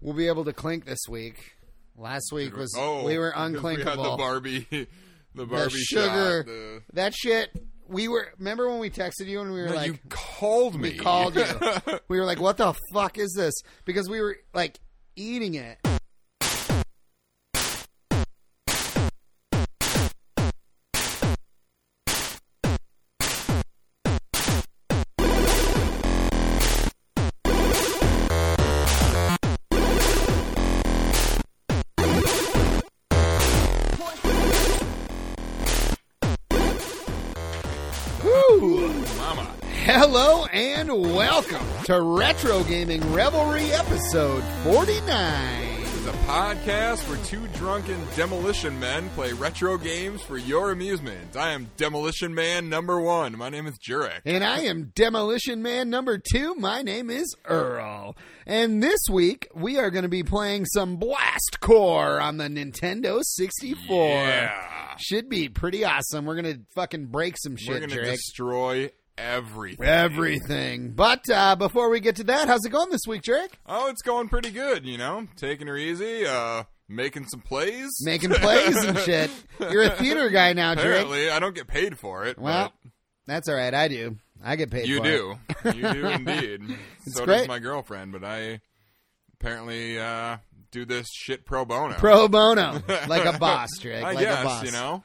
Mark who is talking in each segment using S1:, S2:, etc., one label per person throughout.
S1: we'll be able to clink this week. Last week was we were
S2: Oh, because We had the
S1: unclinkable.
S2: Barbie, the
S1: The
S2: Barbie
S1: sugar,
S2: shot, the-
S1: that shit. We were. Remember when we texted you and we were
S2: No,
S1: like,
S2: you called me.
S1: called you. we were like, "What the fuck is this?" Because we were like eating it. Woo!
S2: Mama.
S1: Hello and welcome to Retro Gaming Revelry episode 49.
S2: It's a podcast where two drunken demolition men play retro games for your amusement. I am Demolition Man number one. My name is Jurek.
S1: And I am Demolition Man number two. My name is Earl. And this week we are going to be playing some Blast Core on the Nintendo 64.
S2: Yeah.
S1: Should be pretty awesome. We're going to fucking break some
S2: We're
S1: shit,
S2: going to
S1: Drake.
S2: destroy everything.
S1: Everything. But uh, before we get to that, how's it going this week, Drake?
S2: Oh, it's going pretty good, you know? Taking her easy, uh, making some plays.
S1: Making plays and shit. You're a theater guy now, Drake.
S2: Apparently, I don't get paid for it.
S1: Well, that's all right. I do. I get paid.
S2: but you
S1: for it.
S2: do. You do indeed. so
S1: great.
S2: does my girlfriend, but I apparently uh, do this shit pro bono.
S1: pro bono, like a boss, Drake.
S2: I
S1: like
S2: guess,
S1: a boss.
S2: you know?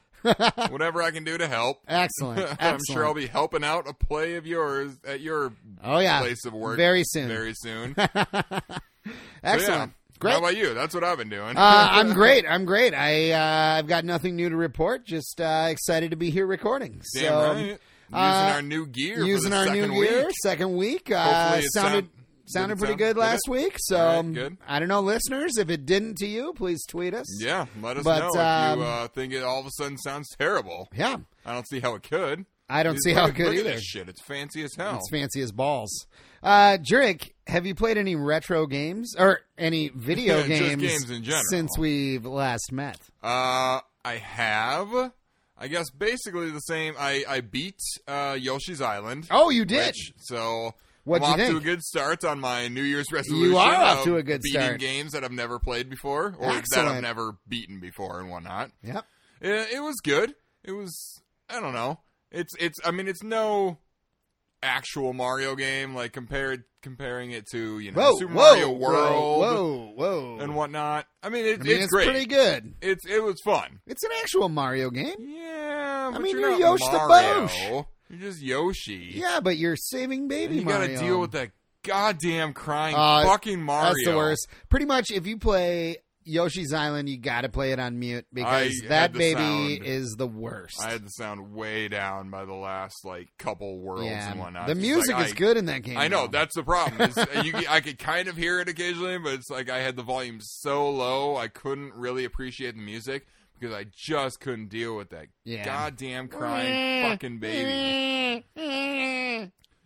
S2: Whatever I can do to help.
S1: Excellent. Excellent.
S2: I'm sure I'll be helping out a play of yours at your
S1: Oh yeah.
S2: place of work
S1: very soon.
S2: Very soon. So, yeah.
S1: Excellent. Great.
S2: How about you? That's what I've been doing.
S1: uh, I'm great. I'm great. I uh, I've got nothing new to report. Just uh, excited to be here recording.
S2: Damn
S1: so
S2: right. Using
S1: uh,
S2: our new gear. for
S1: using
S2: the
S1: our
S2: second
S1: new
S2: week.
S1: gear, second week. Uh,
S2: Hopefully it
S1: sounded
S2: sound-
S1: sounded
S2: did it
S1: pretty
S2: sound-
S1: good
S2: did
S1: last
S2: it?
S1: week. So
S2: All right,
S1: um,
S2: good.
S1: I don't know, listeners, if it didn't to you, please tweet us.
S2: Yeah, let us
S1: But,
S2: know if
S1: um,
S2: you uh, think it all of a sudden sounds terrible.
S1: Yeah.
S2: I don't see how it could.
S1: I don't
S2: Just
S1: see
S2: look
S1: how
S2: at-
S1: it could
S2: look at
S1: either.
S2: this shit, it's fancy as hell.
S1: It's fancy as balls. Uh, Jurek, have you played any retro games or any video
S2: Just
S1: games,
S2: games in general.
S1: since we've last met?
S2: uh, I have, I guess, basically the same. I I beat uh, Yoshi's Island.
S1: Oh, you did.
S2: Which- so
S1: What'd
S2: I'm
S1: you
S2: off to
S1: think?
S2: a good start on my New Year's resolution.
S1: are off
S2: of
S1: to a good
S2: beating
S1: start.
S2: Games that I've never played before, or that
S1: Excellent.
S2: I've never beaten before, and whatnot.
S1: Yep.
S2: It, it was good. It was. I don't know. It's. It's. I mean, it's no actual Mario game. Like compared comparing it to you know
S1: Whoa,
S2: Super
S1: whoa,
S2: Mario World
S1: whoa, whoa, whoa.
S2: and whatnot. I mean, it,
S1: I mean,
S2: it's,
S1: it's,
S2: great.
S1: pretty good.
S2: It's. It was fun.
S1: It's an actual Mario game.
S2: Yeah. but
S1: mean,
S2: you're,
S1: you're
S2: not
S1: Yoshi the
S2: Mario.
S1: Bosch.
S2: You're just Yoshi.
S1: Yeah, but you're saving baby
S2: And you
S1: Mario.
S2: gotta deal with that goddamn crying
S1: Uh,
S2: fucking Mario.
S1: That's the worst. Pretty much, if you play Yoshi's Island, you got to play it on mute because
S2: I
S1: that
S2: had the
S1: baby
S2: sound.
S1: is the worst.
S2: I had the sound way down by the last like couple worlds
S1: yeah,
S2: and whatnot.
S1: the
S2: It's just
S1: music
S2: like,
S1: is
S2: I-
S1: good in that game.
S2: I know
S1: though.
S2: that's the problem. Is you, I could kind of hear it occasionally, but it's like I had the volume so low I couldn't really appreciate the music because I just couldn't deal with that
S1: Yeah.
S2: goddamn crying fucking baby. I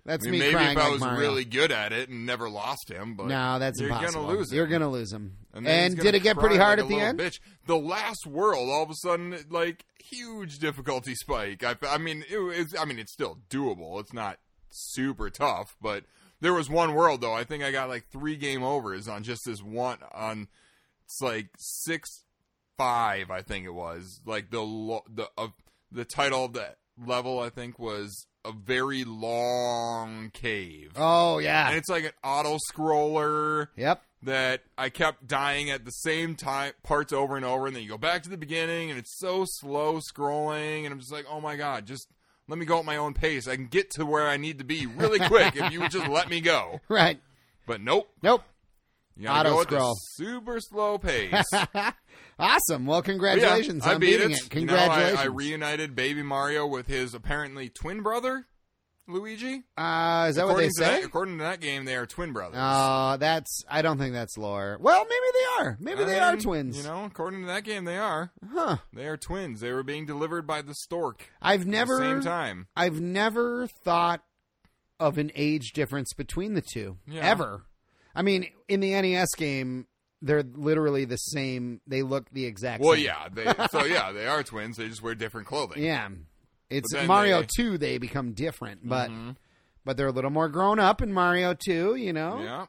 S1: That's
S2: mean,
S1: me
S2: maybe
S1: crying
S2: if I
S1: like
S2: was
S1: Mario.
S2: really good at it and never lost him, but
S1: no, that's
S2: you're
S1: impossible.
S2: gonna lose. Him.
S1: You're gonna lose him. And,
S2: then he's gonna
S1: did it get
S2: cry
S1: pretty hard at
S2: like a
S1: the
S2: little
S1: end?
S2: Bitch. The last world, all of a sudden, like huge difficulty spike. I, I mean, it was, I mean, it's still doable. It's not super tough, but there was one world though. I think I got like three game overs on just this one. On it's like six five, I think it was. Like the lo- the of the title of that level, I think was a very long cave.
S1: Oh
S2: And
S1: yeah.
S2: it's like an auto scroller
S1: Yep.
S2: that I kept dying at the same time parts over and over, and then you go back to the beginning, and it's so slow scrolling, and I'm just like, oh my god, just let me go at my own pace. I can get to where I need to be really quick if you would just let me go.
S1: Right.
S2: But nope,
S1: Nope.
S2: you gotta go at the
S1: Auto-scroll.
S2: super slow pace. But
S1: Awesome. Well,
S2: yeah,
S1: congratulations
S2: I
S1: on
S2: beat
S1: beating
S2: it.
S1: it.
S2: You know, I-
S1: Congratulations.
S2: I, reunited Baby Mario with his apparently twin brother, Luigi.
S1: uh, is that what
S2: according
S1: they
S2: to that,
S1: say?
S2: according to that game, they are twin brothers.
S1: Uh, that's. I don't think that's lore. Well, maybe they are. Maybe they are
S2: And,
S1: twins.
S2: You know, according to that game, they are.
S1: Huh.
S2: They are twins. They were being delivered by the stork
S1: I've
S2: at
S1: never.
S2: the same time.
S1: I've never thought of an age difference between the two
S2: Yeah.
S1: ever. I mean, in the NES game, they're literally the same. They look the exact.
S2: Well,
S1: same.
S2: yeah. They, so yeah, they are twins. They just wear different clothing.
S1: yeah. It's
S2: But then
S1: Mario
S2: they- Mm-hmm.
S1: Two. They become different, but but they're a little more grown up in Mario Two. You know,
S2: Yeah.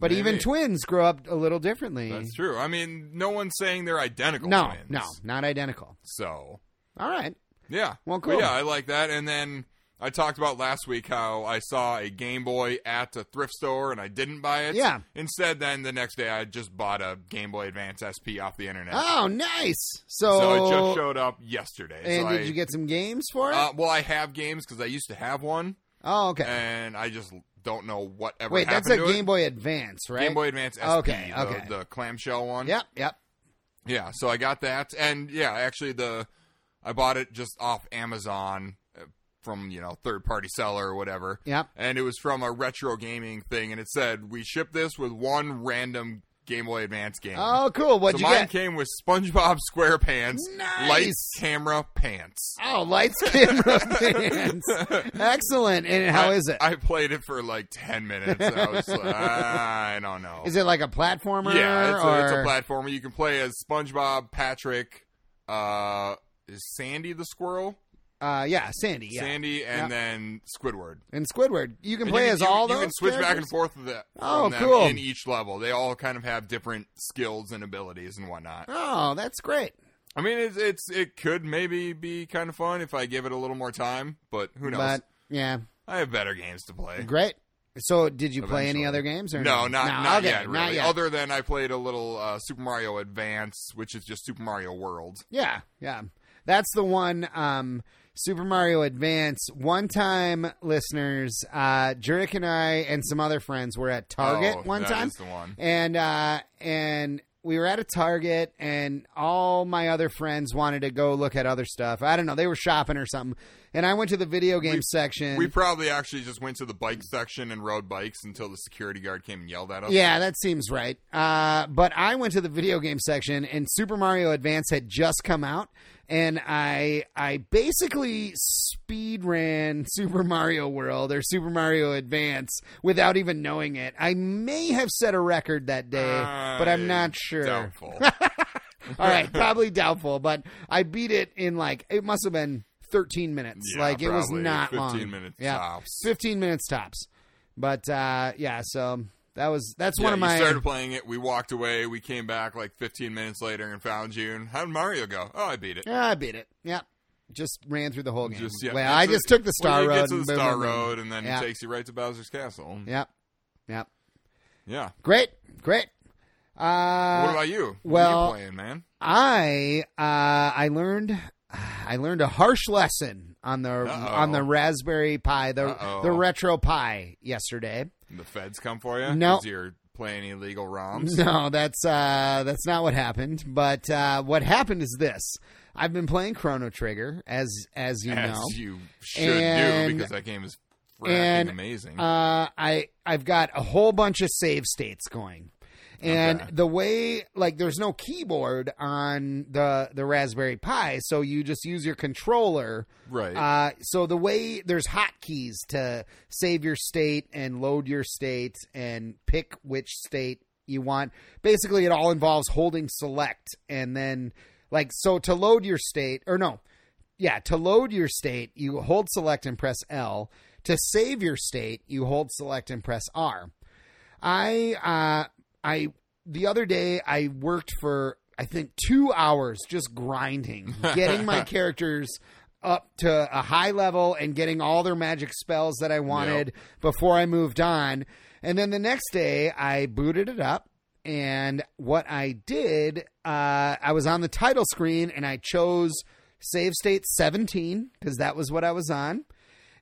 S1: But even
S2: Maybe.
S1: twins grow up a little differently.
S2: That's true. I mean, no one's saying they're identical
S1: No,
S2: twins.
S1: no, not identical.
S2: So
S1: All right.
S2: yeah.
S1: Well,
S2: But
S1: cool.
S2: yeah, I like that. And then I talked about last week how I saw a Game Boy at a thrift store and I didn't buy it.
S1: Yeah.
S2: Instead, then the next day I just bought a Game Boy Advance SP off the internet.
S1: Oh, nice. So,
S2: So it just showed up yesterday.
S1: and
S2: so
S1: did
S2: I,
S1: you get some games for it?
S2: Uh, well, I have games because I used to have one,
S1: oh, okay.
S2: and I just don't know uh, what ever
S1: Wait,
S2: happened
S1: that's a
S2: to it.
S1: Game Boy Advance, right?
S2: Game Boy Advance SP,
S1: Okay,
S2: the,
S1: okay.
S2: the clamshell one.
S1: Yep, yep.
S2: Yeah, so I got that, and yeah, actually the I bought it just off Amazon uh, from you know third party seller or whatever.
S1: Yep.
S2: and it was from a retro gaming thing, and it said we ship this with one random Game Boy Advance game.
S1: Oh, cool. What'd
S2: so
S1: you
S2: mine
S1: get?
S2: came with SpongeBob SquarePants,
S1: Nice.
S2: lights, camera, pants.
S1: Oh, lights, camera, pants. Excellent. And how
S2: I-
S1: is it? Is
S2: I played it for like ten minutes. and I was like, I don't know.
S1: it like a platformer?
S2: yeah, it's,
S1: or...
S2: a, it's a platformer. You can play as SpongeBob, Patrick, uh, is Sandy the squirrel,
S1: Uh, yeah, Sandy. Yeah.
S2: Sandy, and
S1: Yeah.
S2: then Squidward.
S1: And Squidward. You can
S2: And
S1: play
S2: you
S1: as
S2: you-
S1: all
S2: you
S1: those.
S2: can switch back and
S1: characters?
S2: forth with it.
S1: Oh,
S2: from them
S1: cool.
S2: In each level, they all kind of have different skills and abilities and whatnot.
S1: Oh, that's great.
S2: I mean, it's it's it could maybe be kind of fun if I give it a little more time, but who knows?
S1: But yeah,
S2: I have better games to play.
S1: great. So, did you play any
S2: Eventually.
S1: other games? Or
S2: No, not not
S1: okay,
S2: yet. Really.
S1: Not yet.
S2: Other than I played a little uh, Super Mario Advance, which is just Super Mario World.
S1: Yeah, yeah. That's the one. Um, Super Mario Advance. One time, listeners, uh, Jurek and I and some other friends were at Target
S2: Oh,
S1: one
S2: that
S1: time,
S2: is the one.
S1: and uh, and we were at a Target, and all my other friends wanted to go look at other stuff. I don't know, they were shopping or something, and I went to the video game section.
S2: We probably actually just went to the bike section and rode bikes until the security guard came and yelled at us.
S1: yeah, that seems right. Uh, but I went to the video game section, and Super Mario Advance had just come out, and I I basically speed ran Super Mario World or Super Mario Advance without even knowing it. I may have set a record that day, but I'm not sure.
S2: Doubtful.
S1: All right, probably doubtful, but I beat it in like it must have been 13 minutes.
S2: Yeah,
S1: like it was
S2: probably
S1: not
S2: 15
S1: long.
S2: minutes
S1: yeah,
S2: tops.
S1: 15 minutes tops. But uh, yeah, so that was that's one
S2: Yeah,
S1: of my
S2: You started playing it. We walked away. We came back like 15 minutes later and found you. And how did Mario go? Oh, I beat it.
S1: Yeah, I beat it. Yeah, just ran through the whole game.
S2: Just, yeah.
S1: well,
S2: It's
S1: I
S2: a-
S1: just took the
S2: well,
S1: star
S2: you
S1: road.
S2: Get to the
S1: and boom,
S2: Star
S1: boom, boom.
S2: Road, and then
S1: Yeah.
S2: it takes you right to Bowser's Castle.
S1: Yep, yep.
S2: Yeah.
S1: Great, great.
S2: What
S1: Uh,
S2: about you?
S1: well-
S2: what are you playing, man?
S1: I uh, I learned I learned a harsh lesson on the
S2: Uh-oh.
S1: on the Raspberry Pi the
S2: Uh-oh.
S1: the retro Pi yesterday.
S2: The feds come for you?
S1: No.
S2: 'Cause you're playing illegal ROMs?
S1: No, that's uh, that's not what happened. But uh, what happened is this: I've been playing Chrono Trigger as as you
S2: As
S1: know.
S2: you should
S1: And-
S2: do, because that game is freaking
S1: and,
S2: amazing.
S1: Uh, I I've got a whole bunch of save states going. And
S2: Okay.
S1: the way like there's no keyboard on the the Raspberry Pi, so you just use your controller.
S2: right.
S1: Uh, so the way there's hotkeys to save your state and load your state and pick which state you want. Basically, it all involves holding select and then like so to load your state or no, yeah, to load your state you hold select and press L. To save your state you hold select and press R. I uh I the other day I worked for I think 2 hours just grinding, getting my characters up to a high level and getting all their magic spells that I wanted before I moved on. And then the next day I booted it up and what I did uh I was on the title screen and I chose save state 17 cuz that was what I was on.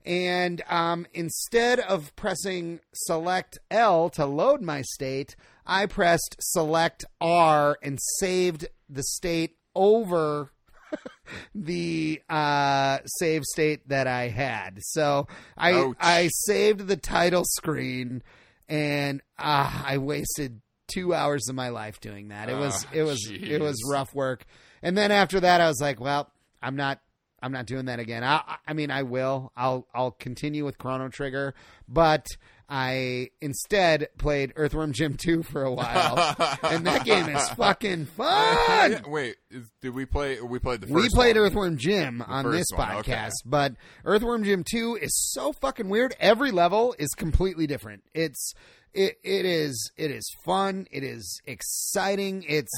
S1: And um, instead of pressing select L to load my state, I pressed select R and saved the state over the uh, save state that I had. So I
S2: Ouch.
S1: I saved the title screen, and ah, I wasted two hours of my life doing that. It was
S2: Ah,
S1: it was it was
S2: jeez.
S1: rough work. And then after that, I was like, well, I'm not I'm not doing that again. I I- I mean, I will. I'll I'll continue with Chrono Trigger, but I instead played Earthworm Jim 2 for a while. and that game is fucking fun.
S2: Yeah, Wait, is, did we play? We played the first
S1: We played
S2: one.
S1: Earthworm Jim on
S2: first
S1: this
S2: one,
S1: podcast,
S2: okay.
S1: but Earthworm Jim 2 is so fucking weird. Every level is completely different. It's it it is it is fun. It is exciting. It's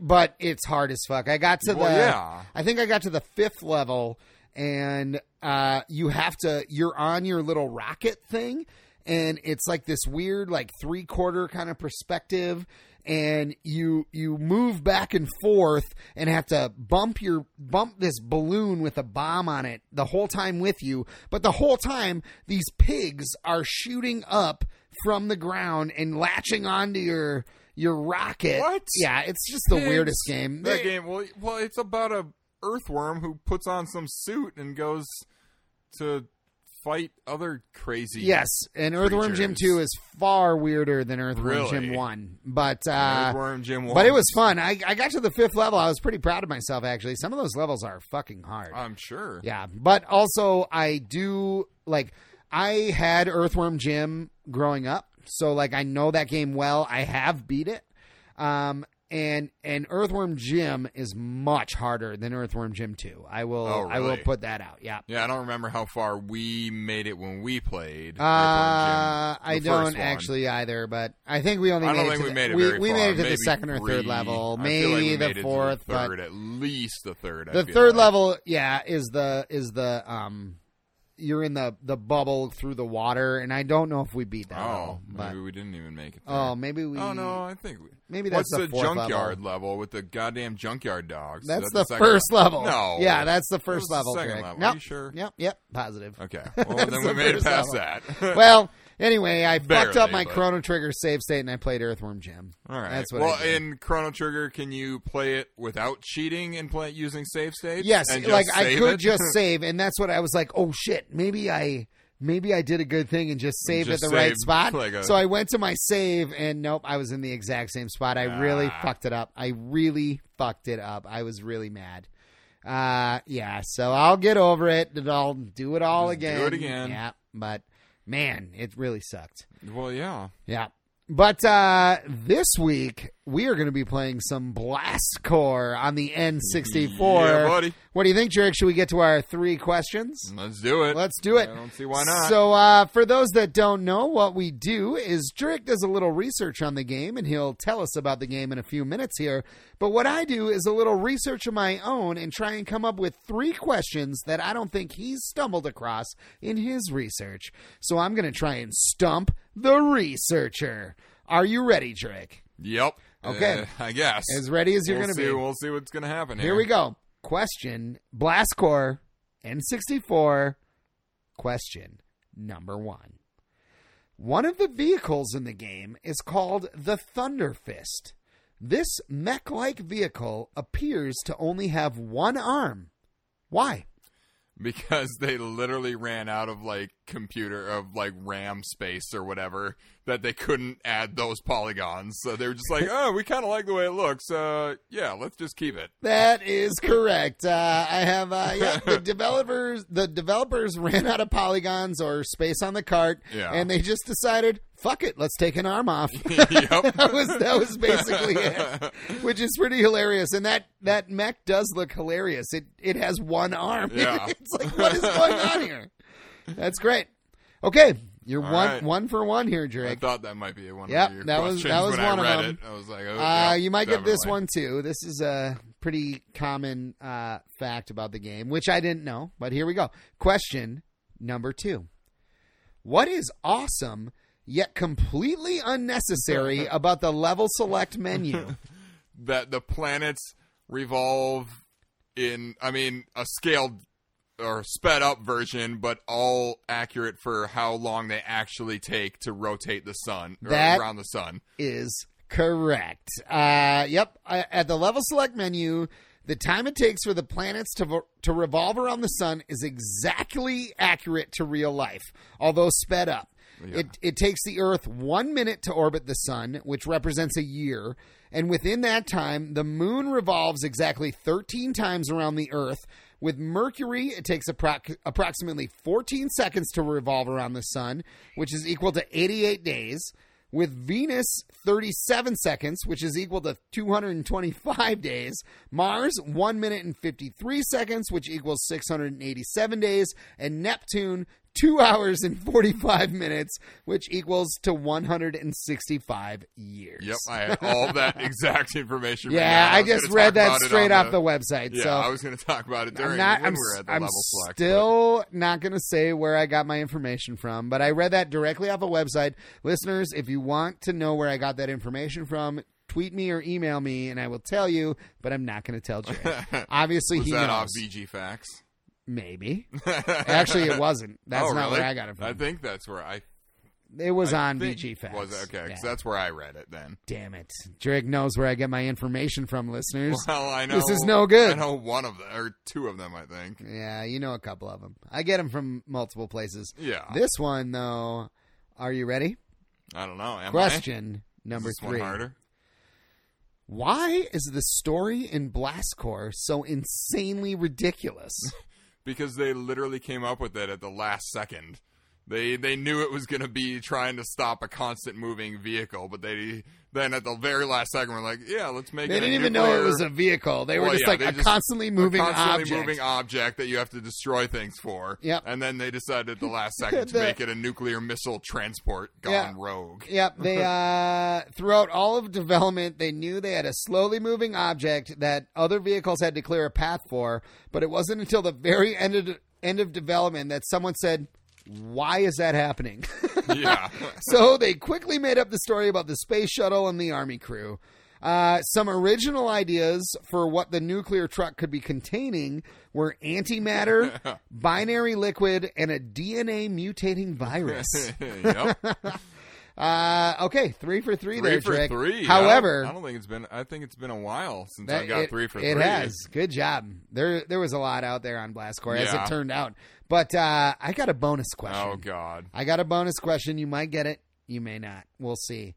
S1: but it's hard as fuck. I got to the
S2: Well, yeah.
S1: I think I got to the fifth level, and uh, you have to you're on your little rocket thing, and it's like this weird like three quarter kind of perspective, and you you move back and forth and have to bump your bump this balloon with a bomb on it the whole time with you, but the whole time these pigs are shooting up from the ground and latching onto your your rocket.
S2: What?
S1: Yeah, it's just the
S2: Pigs.
S1: weirdest game.
S2: That
S1: They-
S2: game, well, well, it's about a earthworm who puts on some suit and goes to fight other crazy.
S1: Yes, and Earthworm Jim
S2: creatures.
S1: Two is far weirder than Earthworm Jim
S2: Really?
S1: One, but uh,
S2: earthworm Jim.
S1: but it
S2: Wong.
S1: was fun. I, I got to the fifth level. I was pretty proud of myself actually. Some of those levels are fucking hard.
S2: I'm sure.
S1: Yeah, but also I do like I had Earthworm Jim growing up, so like I know that game well. I have beat it. Um and and Earthworm Jim is much harder than Earthworm Jim 2. I will
S2: Oh,
S1: I will
S2: really?
S1: put that out. Yeah.
S2: Yeah, I don't remember how far we made it when we
S1: Uh,
S2: played. Earthworm Jim,
S1: I
S2: the first
S1: don't
S2: one.
S1: actually either, but I think we only
S2: I
S1: made
S2: don't
S1: it
S2: think
S1: to
S2: we
S1: the,
S2: made it
S1: we,
S2: very
S1: we
S2: far.
S1: made it to the
S2: Maybe
S1: second or third
S2: three.
S1: level,
S2: I feel
S1: maybe
S2: like we made it
S1: the
S2: to
S1: fourth,
S2: the third, at least the third. I
S1: but the
S2: feel
S1: third
S2: like.
S1: level, yeah, is the is the um you're in the the bubble through the water and I don't know if we beat that
S2: Oh,
S1: level, but
S2: maybe we didn't even make it. There.
S1: oh, maybe we
S2: oh no, I think we,
S1: maybe that's
S2: what's
S1: the
S2: the,
S1: fourth
S2: junkyard
S1: level.
S2: level. with the goddamn junkyard dogs? Is
S1: That's
S2: that
S1: the,
S2: second
S1: first level.
S2: No.
S1: Yeah, that's the
S2: That was
S1: first level.
S2: The second
S1: Drake.
S2: level.
S1: Nope.
S2: Are you sure?
S1: Yep, yep, positive.
S2: Okay. Well,
S1: That's
S2: then
S1: the
S2: we made it
S1: first
S2: past
S1: level.
S2: that.
S1: well, anyway, I fucked
S2: Barely,
S1: up my
S2: but-
S1: Chrono Trigger save state and I played Earthworm Jim.
S2: All right.
S1: That's what
S2: well,
S1: I did.
S2: in Chrono Trigger, can you play it without cheating and play it using save states?
S1: Yes,
S2: And just
S1: like I
S2: save
S1: could
S2: it?
S1: just save, and that's what I was like. Oh shit, maybe I maybe I did a good thing and just saved
S2: just
S1: at the right
S2: saved,
S1: spot.
S2: like, a-
S1: so I went to my save, and nope, I was in the exact same spot. I really
S2: Ah.
S1: fucked it up. I really fucked it up. I was really mad. Uh, yeah. So I'll get over it, and I'll do it all
S2: Just do
S1: again.
S2: it again.
S1: Yeah, but man, it really sucked.
S2: well, yeah.
S1: Yeah. But uh, this week we are going to be playing some Blast Core on the N64.
S2: Yeah, buddy.
S1: What do you think, Jerick? Should we get to our three questions?
S2: Let's do it.
S1: Let's do it.
S2: I don't see why not.
S1: So, uh, for those that don't know, what we do is Jerick does a little research on the game, and he'll tell us about the game in a few minutes here. But what I do is a little research of my own and try and come up with three questions that I don't think he's stumbled across in his research. So I'm going to try and stump the researcher. Are you ready, Jerick?
S2: yep.
S1: Okay.
S2: Uh, I guess.
S1: As ready as you're
S2: we'll
S1: going to
S2: see,
S1: be.
S2: We'll see what's going to happen
S1: Here
S2: here.
S1: we go. Question Blast Core N64. Question number one. One of the vehicles in the game is called the Thunder Fist. This mech like vehicle appears to only have one arm. Why?
S2: because they literally ran out of like computer of like RAM space or whatever that they couldn't add those polygons. So they were just like, oh, we kind of like the way it looks. Uh, yeah, let's just keep it.
S1: That is correct. Uh, I have uh, yeah, the developers. The developers ran out of polygons or space on the cart,
S2: Yeah.
S1: and they just decided, "Fuck it, let's take an arm off."
S2: yep.
S1: that was that was basically it, which is pretty hilarious. And that that mech does look hilarious. It it has one arm.
S2: Yeah.
S1: it's like what is going on here? That's great. Okay, you're
S2: All
S1: one
S2: right.
S1: one for one here, Drake.
S2: I thought that might be one
S1: Yep,
S2: of your
S1: that was-
S2: questions
S1: that was
S2: when
S1: one
S2: I
S1: of
S2: read
S1: them.
S2: it. I was like, oh,
S1: Uh,
S2: yeah,
S1: you might get this
S2: definitely.
S1: one too. This is a pretty common uh, fact about the game, which I didn't know, but here we go. Question number two What is awesome yet completely unnecessary about the level select menu?
S2: That the planets revolve in, I mean, a scaled or sped up version, but all accurate for how long they actually take to rotate the sun or
S1: That-
S2: around the sun.
S1: is correct. Uh, yep. I- At the level select menu, the time it takes for the planets to, vo- to revolve around the sun is exactly accurate to real life, although sped up. It, it takes the Earth one minute to orbit the sun, which represents a year. And within that time, the moon revolves exactly 13 times around the Earth. With Mercury, it takes approx- approximately 14 seconds to revolve around the sun, which is equal to 88 days with Venus 37 seconds, which is equal to 225 days. Mars 1 minute and 53 seconds, which equals 687 days. And Neptune two hours and 45 minutes, which equals to 165 years.
S2: Yep, I had all that exact information. right
S1: yeah,
S2: now.
S1: I,
S2: was
S1: just
S2: gonna talk
S1: read that
S2: about it
S1: straight
S2: on
S1: off the, website.
S2: Yeah,
S1: so
S2: I was going to talk about it during
S1: I'm not.
S2: when
S1: I'm,
S2: we were at the
S1: I'm
S2: level select. but-
S1: still not going to say where I got my information from, but I read that directly off a website. Listeners, if you want to know where I got that information from, tweet me or email me, and I will tell you. But I'm not going to tell Jared. Obviously,
S2: Was
S1: he
S2: that
S1: knows.
S2: off BG Facts?
S1: Maybe. Actually, it wasn't. That's
S2: Oh,
S1: not
S2: really?
S1: where I got it from.
S2: I think that's where I
S1: it was
S2: I
S1: on
S2: think-
S1: BG Facts.
S2: Was it? okay? Because
S1: Yeah.
S2: that's where I read it then.
S1: Damn it, Jared knows where I get my information from, listeners.
S2: Well, I know
S1: This is no good.
S2: I know one of them or two of them. I think.
S1: Yeah, you know a couple of them. I get them from multiple places.
S2: Yeah.
S1: This one, though, are you ready?
S2: I don't know. Am
S1: Question
S2: I? Is
S1: number
S2: this
S1: three.
S2: One harder.
S1: Why is the story in Blastcore so insanely ridiculous?
S2: because they literally came up with it at the last second. They they knew it was going to be trying to stop a constant moving vehicle, but they then at the very last second were like, "Yeah, let's make."
S1: they
S2: it
S1: didn't
S2: a
S1: even know it
S2: nuclear-
S1: was a vehicle. They were
S2: Well,
S1: just
S2: yeah,
S1: like
S2: they
S1: a
S2: just-
S1: constantly moving
S2: constantly
S1: object.
S2: moving object that you have to destroy things for.
S1: Yep.
S2: And then they decided at the last second to
S1: The-
S2: make it a nuclear missile transport gone
S1: Yeah.
S2: rogue.
S1: Yep, they uh throughout all of development they knew they had a slowly moving object that other vehicles had to clear a path for, but it wasn't until the very end of end of development that someone said, "Why is that happening?"
S2: yeah.
S1: so they quickly made up the story about the space shuttle and the army crew. Uh, some original ideas for what the nuclear truck could be containing were antimatter, binary liquid, and a DNA mutating virus.
S2: yep.
S1: Uh, okay, three for three
S2: Three
S1: there,
S2: for
S1: Drake.
S2: three. I
S1: However,
S2: don't, I don't think it's been. I think it's been a while since
S1: that-
S2: I got
S1: it,
S2: three for
S1: it
S2: three.
S1: has. Good job. There, there was a lot out there on Blastcore, as
S2: Yeah.
S1: it turned out. But uh, I got a bonus question.
S2: Oh God.
S1: I got a bonus question. You might get it. You may not. We'll see.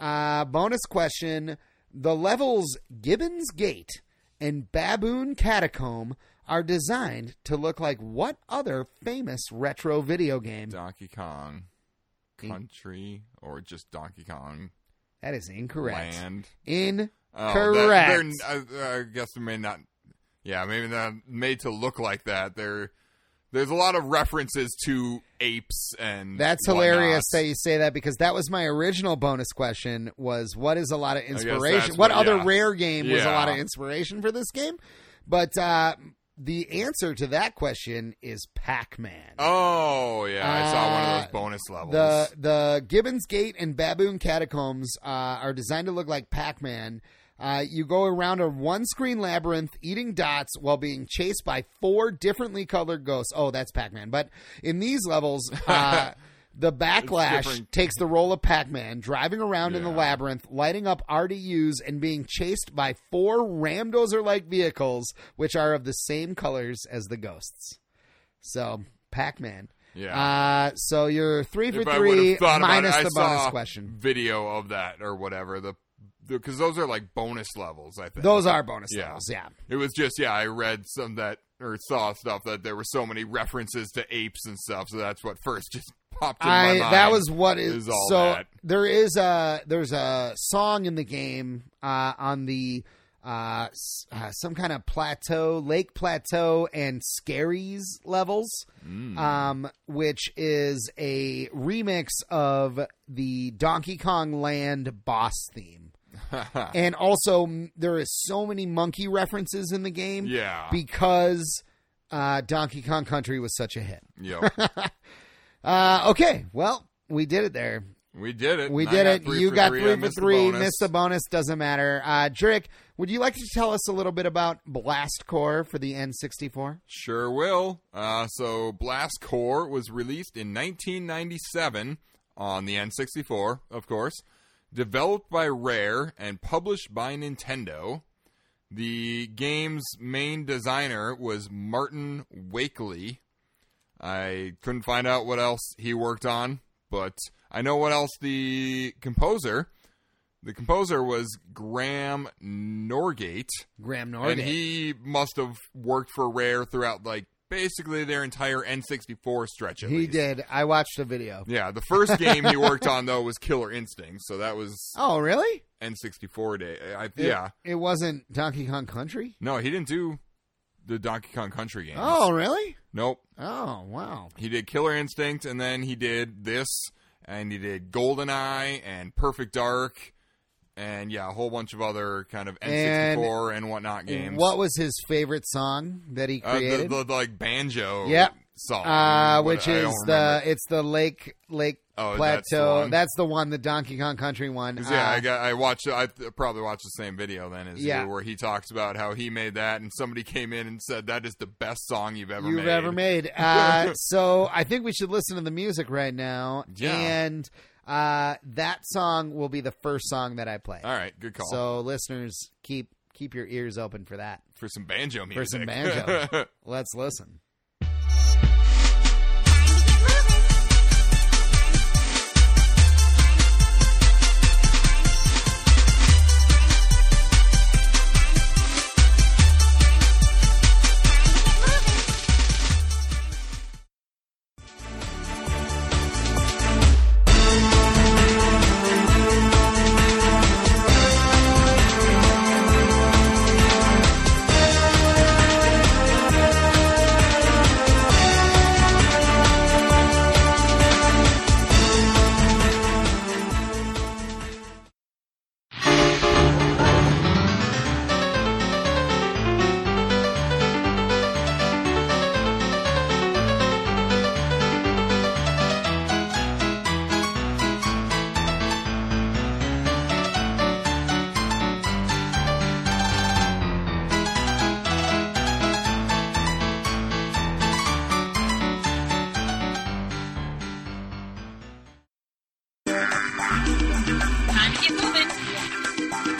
S1: Uh, bonus question. The levels Gibbons Gate and Baboon Catacomb are designed to look like what other famous retro video game?
S2: Donkey Kong
S1: Mm.
S2: Country or just Donkey Kong
S1: That is incorrect.
S2: Land.
S1: In
S2: Oh,
S1: Correct.
S2: That, they're, I, I guess they may not. Yeah, maybe they're not made to look like that. They're, there's a lot of references to apes and.
S1: that's
S2: whatnot.
S1: hilarious that you say that because that was my original bonus question was what is a lot of
S2: guess
S1: inspiration
S2: that's
S1: what,
S2: what-
S1: other
S2: yeah.
S1: rare game was a
S2: Yeah.
S1: lot of inspiration for this game but uh, the answer to that question is Pac-Man
S2: Oh yeah, I saw one of
S1: Uh,
S2: those bonus levels.
S1: The the Gibbons Gate and Baboon Catacombs uh, are designed to look like Pac Man. Uh, you go around a one screen labyrinth eating dots while being chased by four differently colored ghosts. Oh, that's Pac Man. But in these levels, uh, the backlash
S2: different.
S1: takes the role of Pac Man, driving around in the
S2: Yeah.
S1: labyrinth, lighting up RDUs, and being chased by four ramdozer like vehicles, which are of the same colors as the ghosts. So, Pac Man.
S2: yeah.
S1: Uh, so you're three for
S2: if I would
S1: three
S2: have thought
S1: minus
S2: about it,
S1: the
S2: I
S1: bonus
S2: saw
S1: question.
S2: video of that or whatever. The because those are like bonus levels. I think
S1: Those are bonus
S2: Yeah.
S1: levels. Yeah.
S2: It was just yeah, I read some that or saw stuff that there were so many references to apes and stuff, so that's what first just popped in
S1: I
S2: my mind.
S1: that was what is,
S2: is all
S1: so
S2: that.
S1: there is a there's a song in the game uh, on the uh, s- uh, some kind of plateau, lake plateau, and scaries levels,
S2: Mm.
S1: um, which is a remix of the Donkey Kong Land boss theme. and also, m- there is so many monkey references in the game.
S2: yeah.
S1: because uh, Donkey Kong Country was such a hit.
S2: Yep.
S1: Uh, okay, well, we did it there.
S2: We did it.
S1: We
S2: And I
S1: did it.
S2: three
S1: you
S2: for
S1: got
S2: three.
S1: three
S2: I
S1: for
S2: missed the
S1: three.
S2: bonus.
S1: missed the bonus. Doesn't matter. Uh, Drake, would you like to tell us a little bit about Blast Core for the N64?
S2: Sure will. Uh, so Blast Core was released in 1997 on the N64, of course. Developed by Rare and published by Nintendo. The game's main designer was Martin Wakely. I couldn't find out what else he worked on, but I know what else the composer. The composer was Graham Norgate.
S1: Graham
S2: And
S1: Norton.
S2: he must have worked for Rare throughout like basically their entire N64 stretch. At
S1: He
S2: least.
S1: did. I watched a video.
S2: Yeah, the first game he worked on though was Killer Instinct, so that was
S1: Oh, really?
S2: N64 day. I,
S1: It-
S2: yeah,
S1: It wasn't Donkey Kong Country?
S2: no, he didn't do the Donkey Kong Country games.
S1: Oh, really?
S2: Nope.
S1: Oh wow.
S2: He did Killer Instinct, and then he did this, and he did Golden Eye and Perfect Dark, and yeah, a whole bunch of other kind of N64 and, whatnot games.
S1: What was his favorite song that he
S2: Uh, the,
S1: created?
S2: the, like banjo
S1: Yep.
S2: song,
S1: uh,
S2: Oh, but
S1: which
S2: I don't
S1: is the
S2: remember.
S1: it's the lake lake
S2: Oh, that's the
S1: plateau.
S2: one.
S1: That's the one, the Donkey Kong Country one.
S2: 'Cause, yeah,
S1: Uh,
S2: I got I watched I th- probably watched the same video then as
S1: Yeah.
S2: you where he talks about how he made that and somebody came in and said that is the best song you've ever
S1: you've
S2: made.
S1: ever made. Uh, so I think we should listen to the music right now.
S2: Yeah.
S1: And uh, that song will be the first song that I play.
S2: All right, good call.
S1: So listeners, keep keep your ears open for that.
S2: for some banjo music.
S1: For some banjo. Let's listen.
S3: Time to get moving.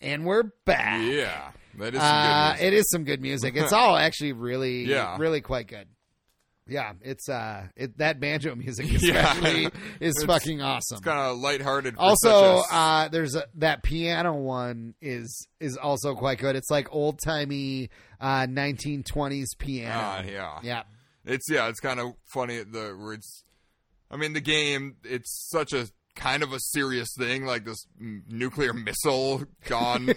S1: And we're back.
S2: yeah, that is some
S1: Uh,
S2: good music.
S1: it is some good music. It's all actually really,
S2: Yeah.
S1: really quite good. Yeah, it's uh, it, that banjo music
S2: Yeah.
S1: especially is
S2: It's-
S1: fucking awesome.
S2: It's kind of lighthearted. For
S1: also,
S2: such a-
S1: uh, there's a, that piano one is is also quite good. It's like old timey uh, 1920s piano.
S2: Ah, yeah.
S1: yeah,
S2: it's yeah, it's kind of funny. The where it's, I mean, the game. It's such a kind of a serious thing, like this m- nuclear missile gone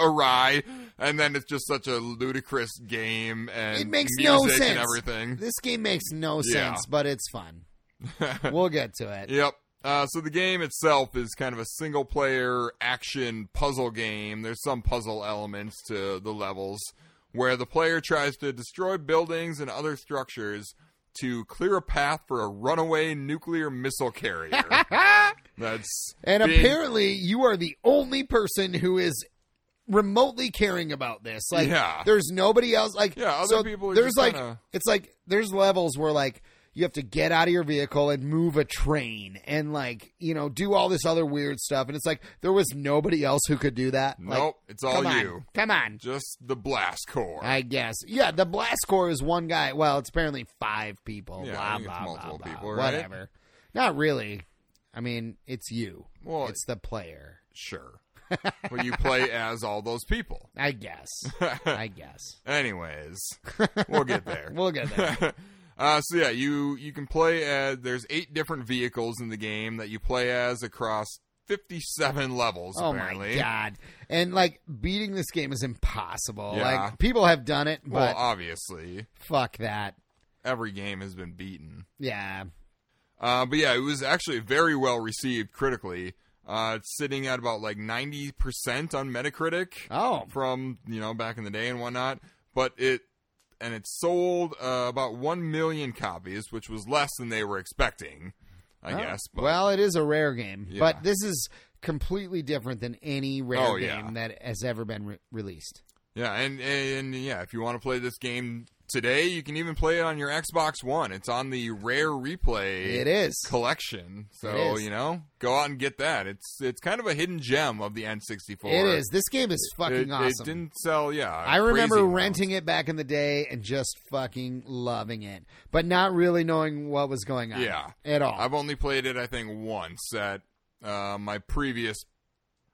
S2: awry, and then it's just such a ludicrous game and
S1: It makes
S2: music
S1: no sense.
S2: and everything.
S1: This game makes no
S2: Yeah.
S1: sense, but it's fun. we'll get to it.
S2: Yep. Uh, so the game itself is kind of a single player action puzzle game. There's some puzzle elements to the levels where the player tries to destroy buildings and other structures to clear a path for a runaway nuclear missile carrier. That's
S1: And
S2: being-
S1: apparently, you are the only person who is remotely caring about this. Like,
S2: Yeah.
S1: there's nobody else. Like,
S2: Yeah, other
S1: so
S2: people are
S1: there's
S2: just
S1: like,
S2: kinda-
S1: it's like there's levels where like you have to get out of your vehicle and move a train and like you know do all this other weird stuff, and it's like there was nobody else who could do that. Like,
S2: nope, it's all
S1: come on,
S2: you.
S1: Come on.
S2: Just the blast core.
S1: I guess. Yeah, the blast core is one guy. Well, it's apparently five people.
S2: Yeah,
S1: blah,
S2: I think it's
S1: blah,
S2: multiple
S1: blah,
S2: people,
S1: blah.
S2: right?
S1: Whatever. Not really. I mean, it's you.
S2: Well,
S1: it's the player.
S2: sure. well, you play as all those people.
S1: I guess. I guess.
S2: Anyways, we'll get there.
S1: We'll get there.
S2: uh, so yeah, you you can play as there's eight different vehicles in the game that you play as across 57 levels.
S1: oh
S2: apparently.
S1: my god! And like beating this game is impossible.
S2: Yeah.
S1: Like people have done it,
S2: Well, uh,
S1: but
S2: obviously,
S1: fuck that.
S2: every game has been beaten.
S1: Yeah,
S2: Uh, but yeah, it was actually very well received critically. Uh, it's sitting at about like 90% on Metacritic.
S1: Oh.
S2: From, you know, back in the day and whatnot. But it, and it sold uh, about 1 million copies, which was less than they were expecting. I
S1: Oh.
S2: guess. But
S1: Well, it is a rare game,
S2: Yeah.
S1: but this is completely different than any rare
S2: Oh,
S1: game
S2: yeah.
S1: that has ever been re- released.
S2: yeah, and, and and, yeah, if you want to play this game today, you can even play it on your Xbox One. It's on the Rare Replay
S1: It is.
S2: collection. So
S1: is.
S2: you know, go out and get that. It's it's kind of a hidden gem of the N64.
S1: It is. This game is
S2: It,
S1: fucking awesome.
S2: it didn't sell. Yeah,
S1: I remember
S2: crazy amounts.
S1: renting it back in the day and just fucking loving it, but not really knowing what was going on.
S2: Yeah.
S1: At all.
S2: I've only played it, I think, once at uh, my previous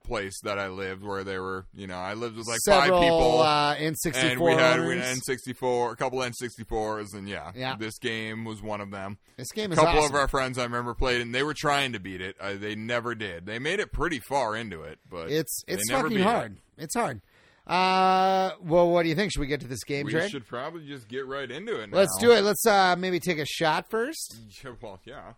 S2: place that I lived, where they were, you know, I lived with like
S1: Several
S2: five people,
S1: uh, N64
S2: and we had we
S1: owners.
S2: had an N64, a couple N64s, and yeah,
S1: Yeah.
S2: this game was one of them.
S1: This game
S2: A
S1: is
S2: couple
S1: awesome.
S2: of our friends I remember played, and they were trying to beat it. Uh, they never did. They made it pretty far into it, but
S1: it's
S2: they
S1: it's
S2: never
S1: fucking
S2: beat it.
S1: hard. It's hard. Uh, well, what do you think? Should we get to this game,
S2: We
S1: Drake?
S2: should probably just get right into it.
S1: Let's do it. Let's uh, maybe take a shot first.
S2: well, yeah.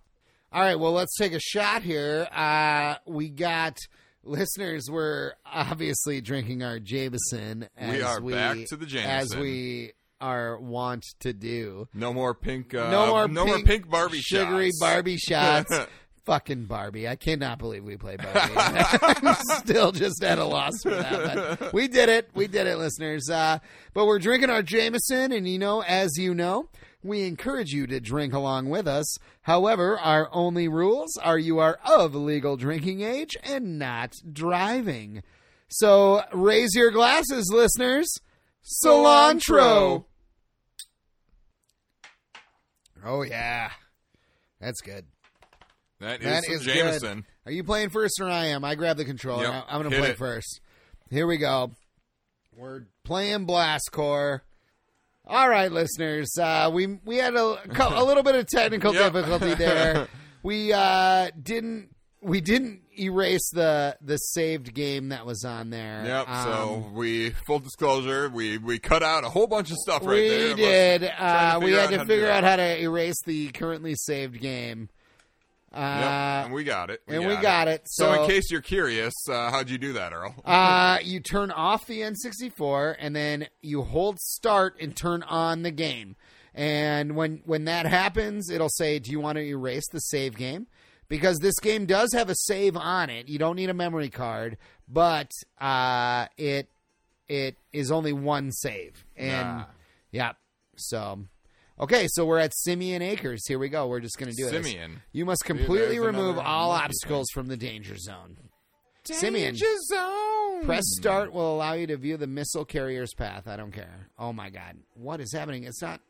S1: All right, well, let's take a shot here. Uh, we got listeners. We're obviously drinking our Jameson. As
S2: We are
S1: we-
S2: back to the
S1: as
S2: Jameson.
S1: we are wont to do.
S2: No more pink. Uh,
S1: no more
S2: no
S1: pink,
S2: more pink Barbie
S1: sugary
S2: shots.
S1: Barbie shots. Fucking Barbie! I cannot believe we played Barbie. I'm still just at a loss for that. But we did it. We did it, listeners. Uh, but we're drinking our Jameson, and you know, as you know, we encourage you to drink along with us. However, our only rules are you are of legal drinking age and not driving. So raise your glasses, listeners. Cilantro. Oh yeah, that's good.
S2: That is,
S1: That
S2: some
S1: is good.
S2: Jameson.
S1: Are you playing first or I am? I grab the controller.
S2: Yep.
S1: I- I'm going to
S2: Hit
S1: play
S2: it.
S1: first. Here we go. We're playing Blast Core. All right, listeners. Uh, we we had a, cou- a little bit of technical
S2: Yep.
S1: difficulty there. We uh, didn't we didn't erase the the saved game that was on there.
S2: Yep.
S1: Um,
S2: so we full disclosure, we we cut out a whole bunch of stuff right
S1: we
S2: there. It
S1: did.
S2: trying
S1: Uh,
S2: to
S1: we
S2: figure
S1: had
S2: out
S1: to
S2: how to do
S1: figure out
S2: that.
S1: how to erase the currently saved game.
S2: was- Yep,
S1: Uh,
S2: and we got it.
S1: and we got it.
S2: So,
S1: so
S2: in case you're curious, uh, how'd you do that, Earl?
S1: Uh, you turn off the N64 and then you hold start and turn on the game. And when when that happens, it'll say, "Do you want to erase the save game?" Because this game does have a save on it. You don't need a memory card, but uh, it it is only one save. And
S2: Nah.
S1: yeah, so okay, so we're at Simeon Acres. Here we go. We're just gonna do it.
S2: Simeon.
S1: You must completely
S2: there's
S1: remove
S2: another
S1: all
S2: monkey
S1: obstacles from the danger zone. Simeon.
S2: zone.
S1: Press start will allow you to view the missile carrier's path. I don't care. Oh my god, what is happening? It's not.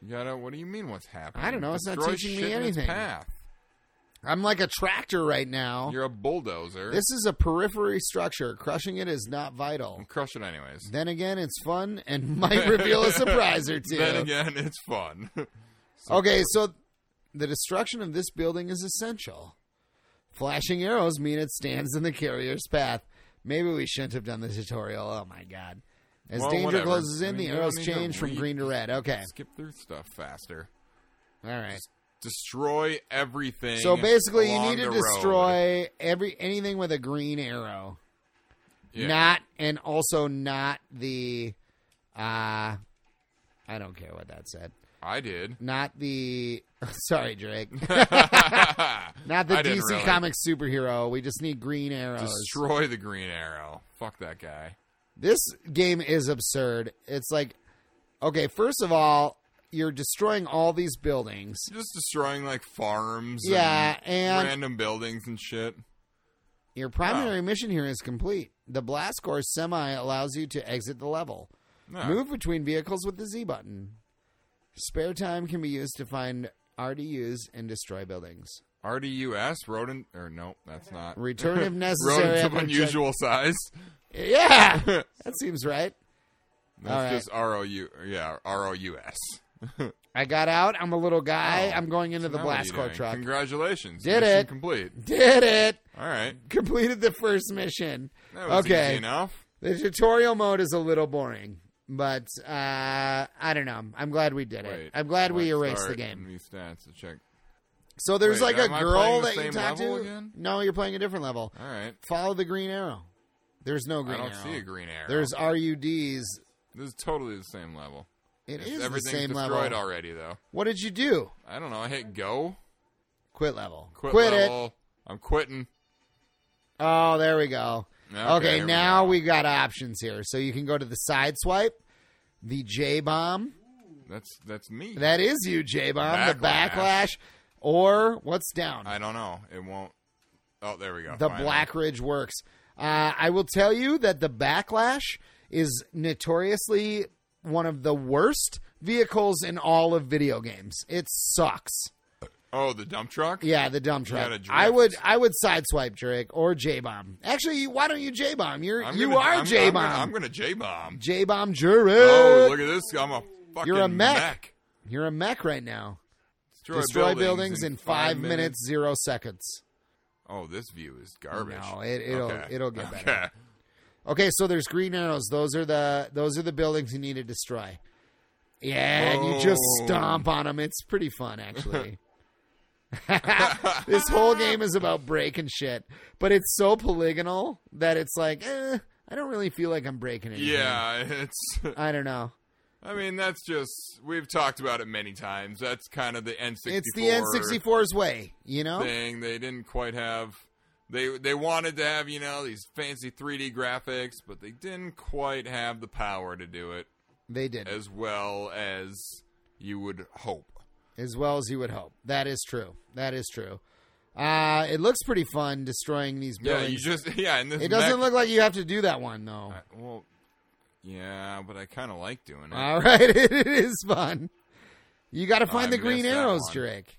S2: You gotta- what do you mean? What's happening?
S1: I don't know, it's not
S2: Destroy
S1: teaching me
S2: shit in its
S1: anything.
S2: path.
S1: I'm like a tractor right now.
S2: You're a bulldozer.
S1: This is a periphery structure. Crushing it is not vital.
S2: I'm crush it anyways.
S1: Then again, it's fun and might reveal a surprise or two.
S2: Then again, it's fun.
S1: okay, so the destruction of this building is essential. Flashing arrows mean it stands in the carrier's path. Maybe we shouldn't have done the tutorial. Oh my god. As
S2: Well,
S1: danger
S2: whatever.
S1: closes
S2: I
S1: in,
S2: mean, you
S1: the
S2: don't
S1: arrows
S2: need to
S1: change from
S2: read.
S1: green to red. Okay.
S2: Skip through stuff faster.
S1: All right.
S2: Destroy everything.
S1: So basically, you
S2: along
S1: need to
S2: the road.
S1: destroy every anything with a green arrow,
S2: Yeah.
S1: not and also not the. Uh, I don't care what that said.
S2: I did.
S1: Not the. Sorry, Drake. not
S2: not
S1: the DC Comics superhero. We just need green arrows.
S2: Destroy the Green Arrow. Fuck that guy.
S1: this game is absurd. It's like, okay, first of all, you're destroying all these buildings.
S2: Just destroying like farms.
S1: Yeah,
S2: And
S1: and
S2: random buildings and shit.
S1: Your primary mission here is complete. The blast core semi allows you to exit the level.
S2: No.
S1: Move between vehicles with the Z button. Spare time can be used to find RDUs and destroy buildings.
S2: RDUS rodent or no, that's not.
S1: Return if necessary.
S2: Rodents of
S1: after check-
S2: unusual size.
S1: Yeah, that seems right.
S2: That's
S1: All right.
S2: just R O U. Yeah, R O U S.
S1: I got out. I'm a little guy. I'm going into the
S2: Oh, Now what are you
S1: blast core
S2: doing?
S1: truck.
S2: Congratulations.
S1: Did
S2: Mission
S1: it.
S2: complete.
S1: Did it.
S2: All right.
S1: Completed the first mission.
S2: That was
S1: okay.
S2: easy enough.
S1: The tutorial mode is a little boring, but uh, I don't know. I'm glad we did
S2: Wait,
S1: it. I'm glad we
S2: let's
S1: erased
S2: start
S1: the game.
S2: New stats to check.
S1: So there's
S2: Wait,
S1: like a
S2: am I
S1: girl
S2: playing the
S1: that you
S2: same
S1: talk
S2: level
S1: to.
S2: again?
S1: No, you're playing a different level.
S2: All right.
S1: Follow the green arrow. There's no green
S2: I don't
S1: arrow.
S2: see a green arrow.
S1: There's RUDs.
S2: this is totally the same level.
S1: It
S2: It's-
S1: is the
S2: everything's
S1: same
S2: destroyed
S1: level.
S2: already though.
S1: What did you do?
S2: I don't know. I hit go.
S1: Quit level.
S2: Quit,
S1: it.
S2: level. I'm quitting.
S1: Oh, there we go.
S2: Okay,
S1: Okay,
S2: here we
S1: now
S2: go.
S1: we got options here. So you can go to the side swipe, the J bomb.
S2: That's that's me.
S1: That is you, J bomb. The
S2: Backlash.
S1: backlash, or what's down?
S2: I don't know. It won't. Oh, there we go.
S1: the
S2: Finally.
S1: Black Ridge Works. Uh, I will tell you that the Backlash is notoriously one of the worst vehicles in all of video games. It sucks.
S2: Oh, the dump truck.
S1: Yeah, the dump
S2: gotta
S1: truck.
S2: drift.
S1: I would I would sideswipe Drake or J bomb. Actually, why don't you J bomb? You're
S2: I'm
S1: you
S2: gonna-
S1: are
S2: I'm-
S1: J
S2: I'm gonna- I'm
S1: bomb.
S2: gonna J bomb.
S1: J bomb Drake.
S2: Oh, look at this. I'm a fucking.
S1: You're a mech. You're a mech right now.
S2: Destroy,
S1: Destroy buildings,
S2: buildings
S1: in five minutes zero seconds.
S2: Oh, this view is garbage.
S1: No, it- it'll-
S2: Okay.
S1: it'll get
S2: Okay.
S1: better. Okay, so there's green arrows. Those are the those are the buildings you need to destroy. Yeah, and you just
S2: Boom.
S1: stomp on them. It's pretty fun, actually. this whole game is about breaking shit, but it's so polygonal that it's like, eh, I don't really feel like I'm breaking anything.
S2: Yeah, it's.
S1: I don't know.
S2: I mean, that's just we've talked about it many times. That's kind of the N64.
S1: It's the N64's way, you know.
S2: thing. They didn't quite have. They they wanted to have you know these fancy 3D graphics, but they didn't quite have the power to do it
S1: They did
S2: as well as you would hope.
S1: as well as you would hope. That is true. That is true. Uh, it looks pretty fun destroying these
S2: Yeah,
S1: buildings.
S2: you just yeah, and this
S1: It doesn't
S2: mech-
S1: look like you have to do that one though.
S2: I- well, yeah, but I kind of like doing it.
S1: All right, it is fun. You got to find the
S2: missed
S1: green
S2: that
S1: arrows,
S2: one.
S1: Drake.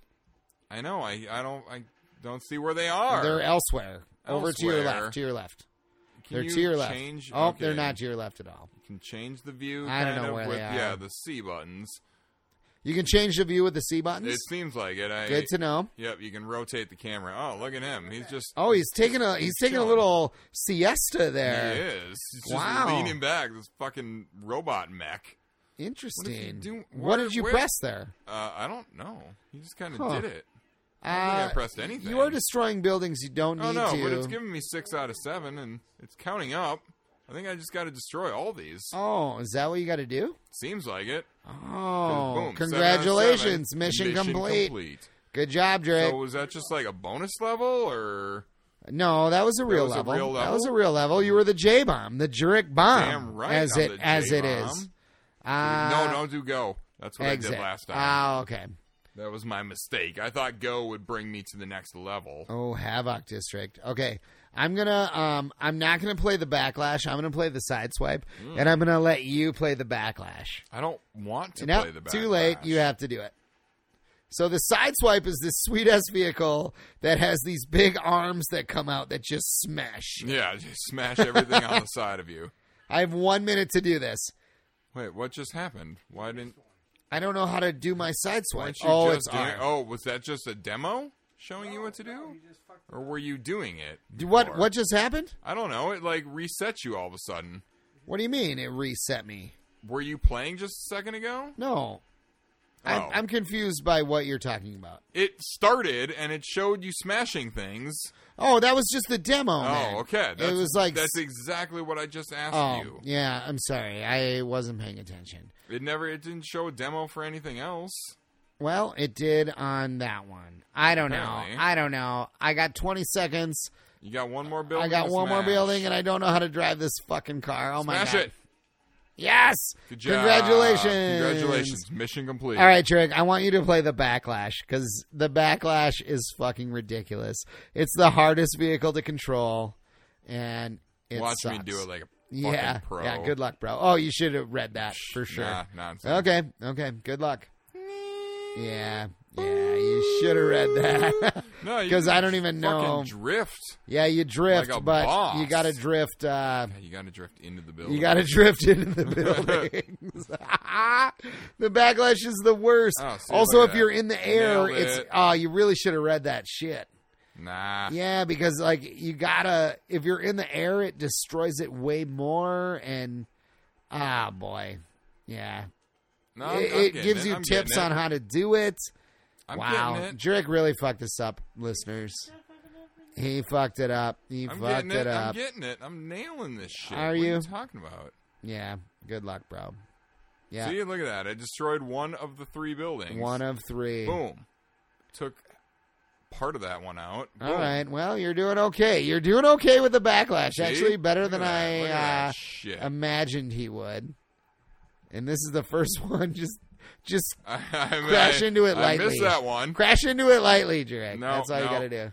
S2: I know. I I don't I don't see where they are.
S1: They're elsewhere. Over to your
S2: Elsewhere.
S1: left. To your left.
S2: Can
S1: they're
S2: you
S1: to your left.
S2: Change,
S1: oh,
S2: okay.
S1: they're not to your left at all.
S2: You can change the view.
S1: I don't
S2: kind
S1: know
S2: of
S1: where
S2: with,
S1: they are.
S2: Yeah, the C buttons.
S1: You can change the view with the C buttons.
S2: It seems like it. I,
S1: Good to know.
S2: Yep, you can rotate the camera. Oh, look at him. He's just
S1: Oh, he's taking a he's taking a
S2: chilling.
S1: little siesta
S2: he
S1: there.
S2: is. He's just
S1: Wow.
S2: leaning back. This fucking robot mech. What is he
S1: Interesting.
S2: doing?
S1: what
S2: Where-
S1: did you
S2: where-
S1: press there?
S2: Uh, I don't know. He just kind of
S1: Huh.
S2: did it. I
S1: uh,
S2: don't think I pressed anything.
S1: You are destroying buildings you don't
S2: Oh
S1: need
S2: no,
S1: to.
S2: but it's giving me six out of seven, and it's counting up. I think I just got to destroy all these.
S1: oh, is that what you got to do?
S2: Seems like it. 'Cause
S1: Oh,
S2: boom, seven out of
S1: congratulations,
S2: seven.
S1: mission, complete.
S2: complete.
S1: Good job, Drake.
S2: So was that just like a bonus level, or
S1: No, that was a real,
S2: was a
S1: level.
S2: real
S1: That
S2: level?
S1: was a real level. You were the J bomb, the Jurek bomb,
S2: Damn right
S1: as
S2: I'm
S1: it
S2: the
S1: as it
S2: J-bomb.
S1: is. Uh,
S2: no? Don't do go. That's what I
S1: exit.
S2: did last time.
S1: Ah, okay.
S2: That was my mistake. I thought go would bring me to the next level.
S1: Oh, Havoc District. Okay, I'm gonna um, I'm not gonna play the backlash. I'm gonna play the side swipe,
S2: Hmm.
S1: and I'm gonna let you play the backlash.
S2: I don't want to
S1: Nope,
S2: play the back.
S1: too late. You have to do it. So the side swipe is this sweet ass vehicle that has these big arms that come out that just smash.
S2: Yeah, just smash everything on the side of you.
S1: I have one minute to do this.
S2: Wait, what just happened? Why didn't?
S1: I don't know how to do my side swipe.
S2: Weren't you
S1: Oh,
S2: just
S1: it's
S2: doing,
S1: R.
S2: oh, was that just a demo showing you what to do, or were you doing it?
S1: Do What
S2: before?
S1: what just happened?
S2: I don't know. It like resets you all of a sudden.
S1: What do you mean it reset me?
S2: Were you playing just a second ago?
S1: No. I'm,
S2: Oh.
S1: I'm confused by what you're talking about.
S2: It started and it showed you smashing things.
S1: Oh, that was just the demo. man.
S2: Oh, okay. That's,
S1: it was like
S2: that's exactly what I just asked
S1: oh,
S2: you.
S1: yeah. I'm sorry, I wasn't paying attention.
S2: It never. It didn't show a demo for anything else.
S1: Well, it did on that one. I don't know.
S2: Apparently.
S1: I don't know. I got 20 seconds.
S2: You got one more building.
S1: I got
S2: to
S1: one more
S2: smash.
S1: building, and I don't know how to drive this fucking car. Oh my
S2: Smash
S1: god!
S2: it.
S1: Yes.
S2: Good job.
S1: Congratulations.
S2: Congratulations. Mission complete.
S1: All right, Drake, I want you to play the backlash because the backlash is fucking ridiculous. It's the hardest vehicle to control, and it
S2: Watch me
S1: sucks.
S2: do it like a fucking
S1: yeah,
S2: pro.
S1: yeah. Good luck, bro. Oh, you should have read that for sure.
S2: Nah, nonsense.
S1: Okay, okay. Good luck. Yeah, yeah. You should have read that.
S2: No, you
S1: 'Cause
S2: can
S1: I don't even
S2: fucking
S1: know.
S2: Drift.
S1: yeah, you drift,
S2: Like a
S1: but
S2: boss.
S1: you got to drift. Uh,
S2: Yeah, You got to drift into the building.
S1: you got to drift into the buildings. the backlash is the worst.
S2: Oh, see,
S1: also,
S2: look at
S1: if
S2: that.
S1: you're in the air,
S2: Nailed
S1: it's
S2: it.
S1: oh, you really should have read that shit.
S2: Nah.
S1: Yeah, because like you gotta if you're in the air, it destroys it way more. And ah, boy, yeah,
S2: No, I'm- I'm
S1: it, it
S2: getting
S1: gives
S2: it.
S1: you
S2: I'm getting
S1: tips
S2: it.
S1: on how to do it.
S2: I'm getting
S1: wow,
S2: it.
S1: Jurek really fucked this up, listeners. He fucked it up. He
S2: I'm
S1: fucked
S2: getting it. I'm
S1: up.
S2: getting it. I'm nailing this shit.
S1: Are
S2: what Are
S1: you?
S2: you talking about?
S1: yeah, good luck, bro. Yeah,
S2: See, look at that. I destroyed one of the three buildings.
S1: one of three.
S2: Boom. Took part of that one out.
S1: All
S2: Boom.
S1: right. Well, you're doing okay. You're doing okay with the backlash.
S2: See?
S1: Actually, better
S2: Look
S1: than
S2: at that. Look at that
S1: I uh,
S2: shit.
S1: imagined he would. And this is the first one. Just, just
S2: I, I mean,
S1: crash
S2: I-
S1: into it
S2: I
S1: lightly.
S2: missed that one.
S1: crash into it lightly, Jurek.
S2: No,
S1: That's all you
S2: no.
S1: got to do.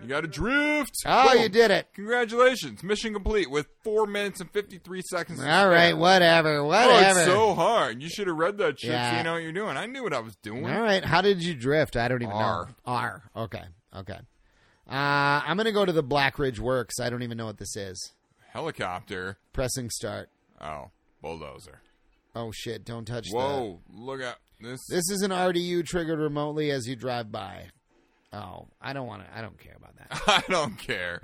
S2: You got to drift.
S1: Oh,
S2: Boom.
S1: you did it.
S2: Congratulations, mission complete with four minutes and fifty-three seconds. to
S1: All right.
S2: spare.
S1: Whatever.
S2: Oh,
S1: Whatever.
S2: it's so hard. You should have read that shit. So
S1: Yeah.
S2: you know what you're doing. I knew what I was doing.
S1: All right. How did you drift? I don't even
S2: R.
S1: know. R. Okay. Okay. Uh, I'm going to go to the Black Ridge Works. I don't even know what this is.
S2: Helicopter.
S1: Pressing start.
S2: Oh, bulldozer.
S1: Oh, shit. Don't touch that.
S2: Whoa! Look at this.
S1: This is an RDU triggered remotely as you drive by. Oh, I don't want to. I don't care about that.
S2: I don't care.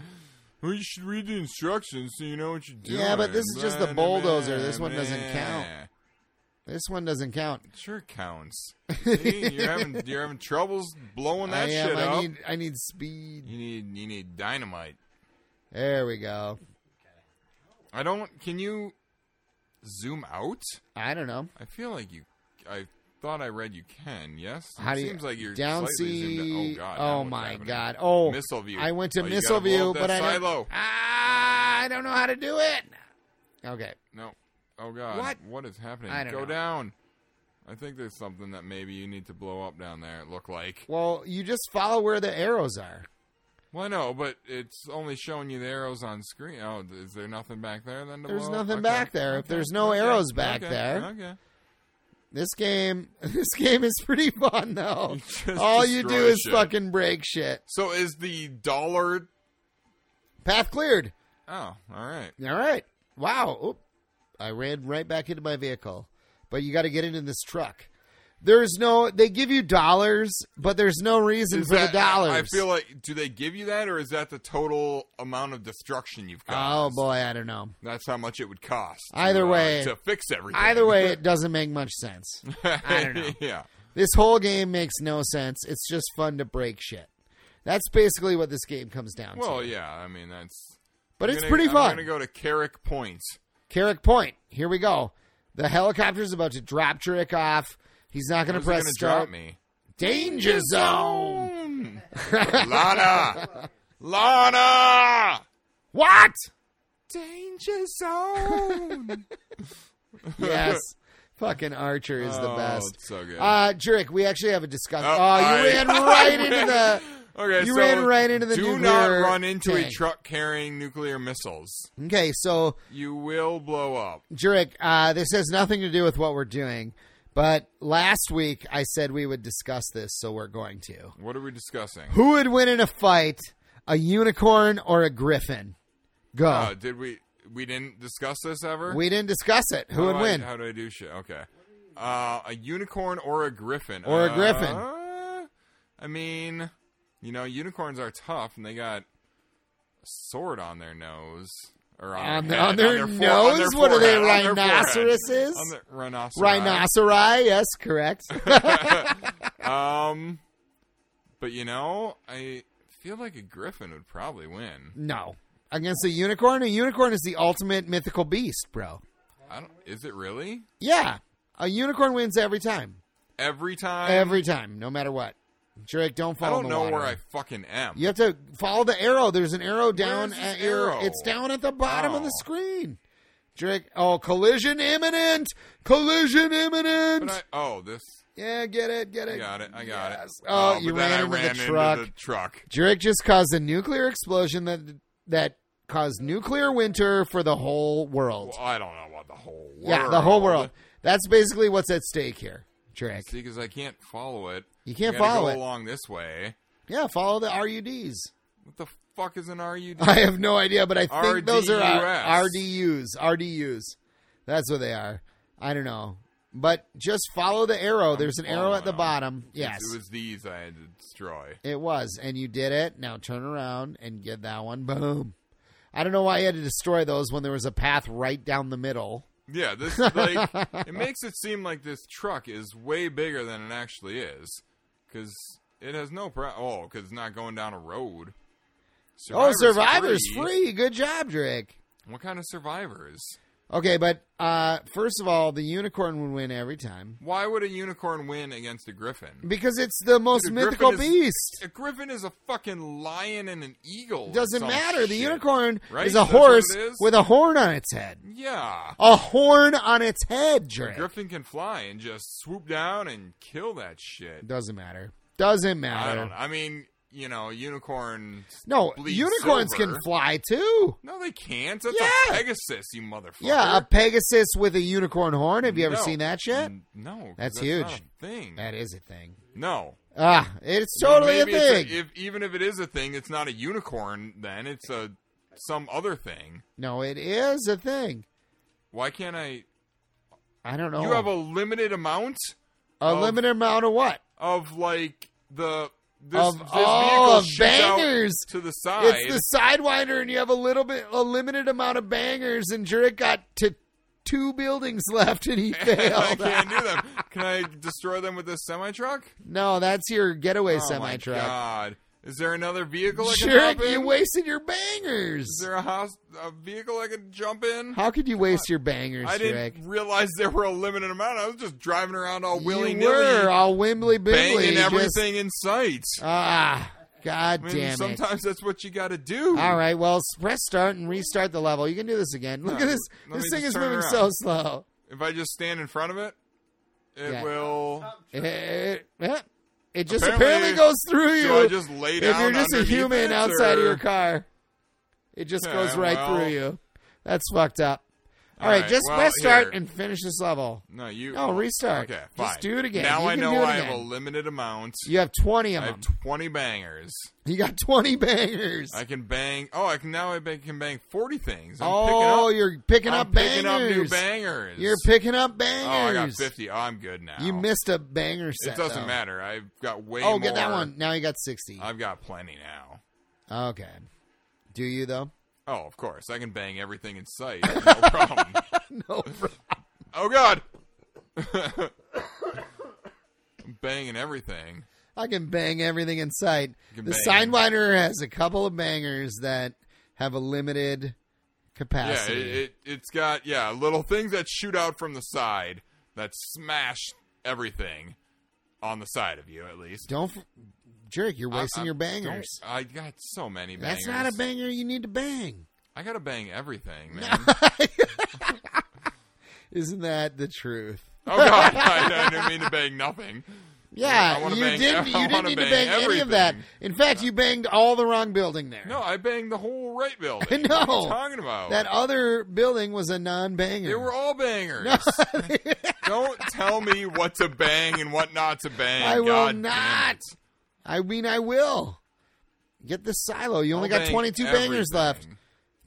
S2: Well, you should read the instructions so you know what you're doing.
S1: Yeah, but this is just the
S2: Man,
S1: bulldozer. This
S2: man,
S1: one doesn't count.
S2: man.
S1: this one doesn't count.
S2: It sure counts. See, you're having you're having troubles blowing that
S1: I, am-
S2: shit
S1: I
S2: up.
S1: need. I need speed.
S2: You need you need dynamite.
S1: There we go.
S2: I don't. Can you zoom out?
S1: I don't know.
S2: I feel like you. I thought I read you can. Yes. It
S1: How do you
S2: seems like you're
S1: down
S2: slightly zoomed
S1: C?
S2: out. Oh god. now
S1: oh
S2: what's
S1: my
S2: happening?
S1: god. Oh,
S2: Missile view.
S1: I went to
S2: Oh, you gotta
S1: missile
S2: blow
S1: view,
S2: up that
S1: but I don't,
S2: silo.
S1: Ah, I don't know how to do it. Okay.
S2: No. Oh god.
S1: What?
S2: What is happening?
S1: I don't
S2: Go
S1: know.
S2: down. I think there's something that maybe you need to blow up down there. It looked like.
S1: Well, you just follow where the arrows are.
S2: Well, I know, but it's only showing you the arrows on screen. Oh, is there nothing back there then? To
S1: There's
S2: blow up?
S1: nothing
S2: Okay.
S1: back there. If
S2: Okay.
S1: there's no
S2: Okay.
S1: arrows back
S2: Okay.
S1: there.
S2: Okay.
S1: This game, this game is pretty fun though.
S2: You just
S1: All you do
S2: destroy
S1: is
S2: shit.
S1: fucking break shit.
S2: So is the dollar?
S1: Path cleared.
S2: Oh, all right.
S1: All right. Wow. Oop. I ran right back into my vehicle. But you got to get into this truck. There's no. They give you dollars, but there's no reason
S2: Is
S1: for
S2: that-
S1: the dollars.
S2: I feel like do they give you that, or is that the total amount of destruction you've
S1: Oh
S2: caused?
S1: boy, I don't know.
S2: that's how much it would cost. to,
S1: Either
S2: uh,
S1: way-
S2: to fix everything.
S1: Either way, it doesn't make much sense. I don't know.
S2: yeah.
S1: This whole game makes no sense. It's just fun to break shit. That's basically what this game comes down
S2: Well,
S1: to.
S2: yeah. I mean, that's.
S1: But
S2: I'm
S1: it's
S2: gonna-
S1: pretty
S2: I'm
S1: fun.
S2: gonna go to Carrick Point.
S1: Carrick Point. Here we go. The helicopter's about to drop Trick off. He's not going to
S2: Where's it
S1: press
S2: gonna
S1: start.
S2: drop me?
S1: Danger zone.
S2: Lana, Lana,
S1: What?
S2: danger zone.
S1: Yes. Fucking Archer is the
S2: Oh,
S1: best.
S2: it's so good.
S1: Uh, Jurek, we actually have a discussion. Oh,
S2: Oh,
S1: you
S2: I-
S1: ran right into the.
S2: Okay,
S1: You
S2: so
S1: ran right into the
S2: Do
S1: nuclear
S2: not run into a
S1: tank.
S2: truck carrying nuclear missiles.
S1: Okay, so
S2: You will blow up.
S1: Jurek, uh, this has nothing to do with what we're doing, but last week I said we would discuss this, so we're going to.
S2: What are we discussing?
S1: Who would win in a fight, a unicorn or a griffin? Go.
S2: Uh, did we? We didn't discuss this ever.
S1: we didn't discuss it. Who
S2: How
S1: would
S2: do Oh, I-
S1: win?
S2: how do I do shit? Okay. Uh, a unicorn or a griffin?
S1: Or a
S2: Uh,
S1: griffin.
S2: I mean, you know, unicorns are tough, and they got a sword on their nose. Or on,
S1: On
S2: their,
S1: the-
S2: head,
S1: on their
S2: fore- on their
S1: nose? What are they,
S2: forehead, on their forehead.
S1: rhinoceroses?
S2: On their- rhinoceros.
S1: Rhinoceri, yes, correct.
S2: Um, but you know, I feel like a griffin would probably win.
S1: no. Against a unicorn? A unicorn is the ultimate mythical beast, bro.
S2: I don't. Is it really?
S1: Yeah. A unicorn wins every time.
S2: Every time.
S1: Every time, no matter what. Jurek, don't
S2: I
S1: fall
S2: don't
S1: in the
S2: know
S1: water.
S2: where I fucking am.
S1: You have to follow the arrow. There's an arrow down
S2: is this
S1: at your.
S2: arrow?
S1: It's down at the bottom of the
S2: Oh.
S1: screen. Drake. Oh, collision imminent! Collision imminent!
S2: But I, oh, this.
S1: yeah, get it, get
S2: I
S1: it.
S2: got it. I got
S1: Yes.
S2: it.
S1: Oh,
S2: but
S1: you
S2: then
S1: ran,
S2: I
S1: into,
S2: ran
S1: the truck.
S2: Into the truck.
S1: Drake just caused a nuclear explosion that that caused nuclear winter for the whole world.
S2: Well, I don't know about the whole world.
S1: yeah, the whole world. That's basically what's at stake here, Drake.
S2: See, because I can't follow it.
S1: You can't
S2: I gotta
S1: follow
S2: go
S1: it.
S2: along this way.
S1: Yeah, follow the RUDs.
S2: What the fuck is an RUD?
S1: I have no idea, but I think those are uh,
S2: RDUs.
S1: RDUs. RDUs. That's what they are. I don't know. But just follow the arrow. There's an arrow at the
S2: following 'em.
S1: bottom. Yes.
S2: It was these I had to destroy.
S1: It was, and you did it. Now turn around and get that one. Boom. I don't know why you had to destroy those when there was a path right down the middle.
S2: Yeah, this like it makes it seem like this truck is way bigger than it actually is, because it has no pro. Oh, because it's not going down a road.
S1: oh, survivor's Oh, free. Good job, Drake.
S2: What kind of survivors?
S1: Okay, but uh, first of all, the unicorn would win every time
S2: Why would a unicorn win against a griffin?
S1: because it's the most
S2: Dude, a
S1: mythical
S2: griffin is-
S1: beast.
S2: A griffin is a fucking lion and an eagle. or
S1: Doesn't
S2: some
S1: matter. The
S2: shit.
S1: unicorn
S2: Right?
S1: is a
S2: That's what
S1: horse
S2: it is?
S1: with a horn on its head.
S2: Yeah.
S1: A horn on its head,
S2: A
S1: Drake.
S2: griffin can fly and just swoop down and kill that shit.
S1: Doesn't matter. Doesn't matter.
S2: I don't know. I mean, you know, unicorn.
S1: No,
S2: bleed
S1: unicorns
S2: silver.
S1: can fly too.
S2: No, they can't. That's
S1: Yeah.
S2: a Pegasus, you motherfucker.
S1: Yeah, a Pegasus with a unicorn horn. Have you ever
S2: No.
S1: seen that shit?
S2: N- No, 'cause
S1: That's
S2: not
S1: huge.
S2: a thing.
S1: That is a thing.
S2: no,
S1: Ah, it's totally a
S2: Maybe it's
S1: thing.
S2: if, even if it is a thing, it's not a unicorn. Then it's a some other thing.
S1: no, it is a thing.
S2: Why can't I?
S1: I don't know.
S2: You have a limited amount
S1: a
S2: of-
S1: limited amount of what?
S2: of like the this,
S1: Of-
S2: this
S1: oh,
S2: vehicle
S1: of
S2: shoots out
S1: bangers.
S2: to the side.
S1: It's the sidewinder, and you have a little bit, a limited amount of bangers, and Jurek got to two buildings left, and he
S2: I
S1: failed.
S2: can't do them. Can I destroy them with this semi truck?
S1: no, that's your getaway
S2: oh
S1: semi
S2: My
S1: truck.
S2: God, is there another vehicle I can
S1: Jurek,
S2: jump in?
S1: you wasted your bangers.
S2: is there a house a vehicle I could jump in?
S1: How could you waste your bangers,
S2: I
S1: Jurek?
S2: didn't realize there were a limited amount. I was just driving around all willy
S1: You were
S2: nilly,
S1: all wimbly bimbly.
S2: banging everything in sight.
S1: ah, god
S2: I mean,
S1: damn it.
S2: sometimes that's what you got to do.
S1: All right, well, s- press start and restart the level. You can do this again. Look
S2: No,
S1: at this.
S2: let
S1: This
S2: me
S1: thing
S2: just
S1: is
S2: turn
S1: moving
S2: around.
S1: so slow.
S2: If I just stand in front of it, it
S1: Yeah.
S2: will.
S1: It, it- it- it just apparently,
S2: Apparently-
S1: goes through you.
S2: Do I just lay down?
S1: if you're just a
S2: underneath
S1: human
S2: it,
S1: outside
S2: or-
S1: of your car, it just
S2: Yeah,
S1: goes right
S2: well-
S1: through you. That's fucked up. All right,
S2: Alright,
S1: just
S2: well,
S1: press start
S2: here.
S1: and finish this level.
S2: No, you.
S1: No, restart.
S2: Okay, fine.
S1: Just do it again.
S2: Now
S1: You
S2: I
S1: can
S2: know
S1: do it
S2: I have a
S1: again.
S2: limited amount.
S1: You have 20 of
S2: I
S1: them.
S2: have twenty bangers.
S1: You got 20 bangers.
S2: I can bang. Oh, I can now. I bang- can bang forty things. I'm
S1: oh,
S2: picking up,
S1: you're picking
S2: I'm
S1: up bangers.
S2: picking up new bangers.
S1: You're picking up
S2: Oh,
S1: bangers.
S2: I got fifty. Oh, I'm good now.
S1: You missed a banger set.
S2: It doesn't
S1: though.
S2: matter. I've got way.
S1: Oh, get that
S2: more.
S1: one. Now you got 60.
S2: I've got plenty now.
S1: okay. Do you, though?
S2: Oh, of course. I can bang everything in sight. No problem.
S1: no. bro.
S2: Oh God. I'm banging everything.
S1: I can bang everything in sight.
S2: can
S1: The
S2: bang.
S1: Sidewinder has a couple of bangers that have a limited
S2: Yeah,
S1: capacity.
S2: it, it it's got yeah little things that shoot out from the side that smash everything on the side of you at least.
S1: Don't. F- jerk, you're
S2: I-
S1: wasting
S2: I-
S1: your
S2: don't-
S1: bangers.
S2: I got so many bangers.
S1: That's not a banger you need to bang.
S2: I gotta bang everything, man.
S1: Isn't that the truth?
S2: oh God, I, I didn't mean to bang nothing.
S1: Yeah,
S2: I wanna
S1: you
S2: bang-
S1: didn't.
S2: I
S1: You didn't
S2: wanna
S1: need to bang
S2: bang
S1: any of that.
S2: everything.
S1: In fact, you banged all the wrong building there.
S2: No, I banged the whole right building.
S1: I know.
S2: What are you talking about?
S1: that other building was a non-banger.
S2: They were all bangers. Don't tell me what to bang and what not to bang.
S1: I will
S2: God damn
S1: not.
S2: it.
S1: I mean, I will get the silo. You only
S2: I'll
S1: got
S2: bang
S1: 22 bangers
S2: everything.
S1: left.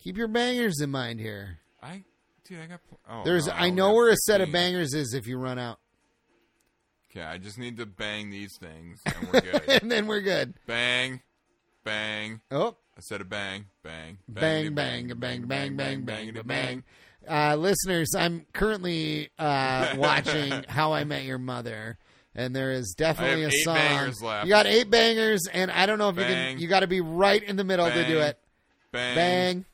S1: Keep your bangers in mind here.
S2: I, dude, I got. pl- Oh,
S1: There's.
S2: no,
S1: I
S2: only
S1: know
S2: have
S1: where a set of
S2: 15.
S1: bangers is if you run out,
S2: Okay, I just need to bang these things, and we're good.
S1: and then we're good.
S2: bang, bang.
S1: Oh,
S2: I said a bang, bang,
S1: bang, bang, bang, bang, bang, bang, bang. Uh, listeners, I'm currently uh, watching How I Met Your Mother, and there is definitely
S2: have
S1: a
S2: eight
S1: song.
S2: bangers left.
S1: You got eight bangers, and I don't know if you can.
S2: Bang.
S1: You got to be right in the middle to do
S2: Bang.
S1: it.
S2: bang,
S1: Bang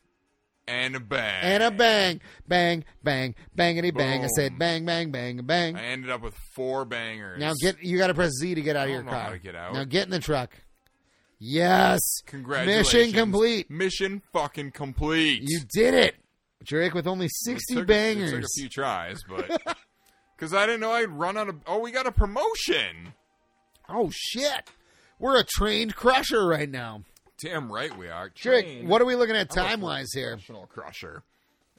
S2: and a bang,
S1: and a bang, bang, bang, bangity bang. I said
S2: Boom.
S1: bang, bang, bang, bang.
S2: I ended up with four bangers.
S1: Now get you got to press Z to get out of
S2: I
S1: your
S2: don't know
S1: car.
S2: how to get out.
S1: Now get in the truck. Yes.
S2: Congratulations.
S1: Mission complete.
S2: Mission fucking complete.
S1: You did it. Drake with only
S2: It
S1: 60
S2: took-
S1: bangers.
S2: It took a few tries, but because I didn't know I'd run out of. Oh, we got a promotion.
S1: oh shit. We're a trained crusher right now.
S2: Damn right we are.
S1: Drake,
S2: Trained
S1: what are we looking at
S2: I'm a
S1: time-wise here?
S2: professional crusher.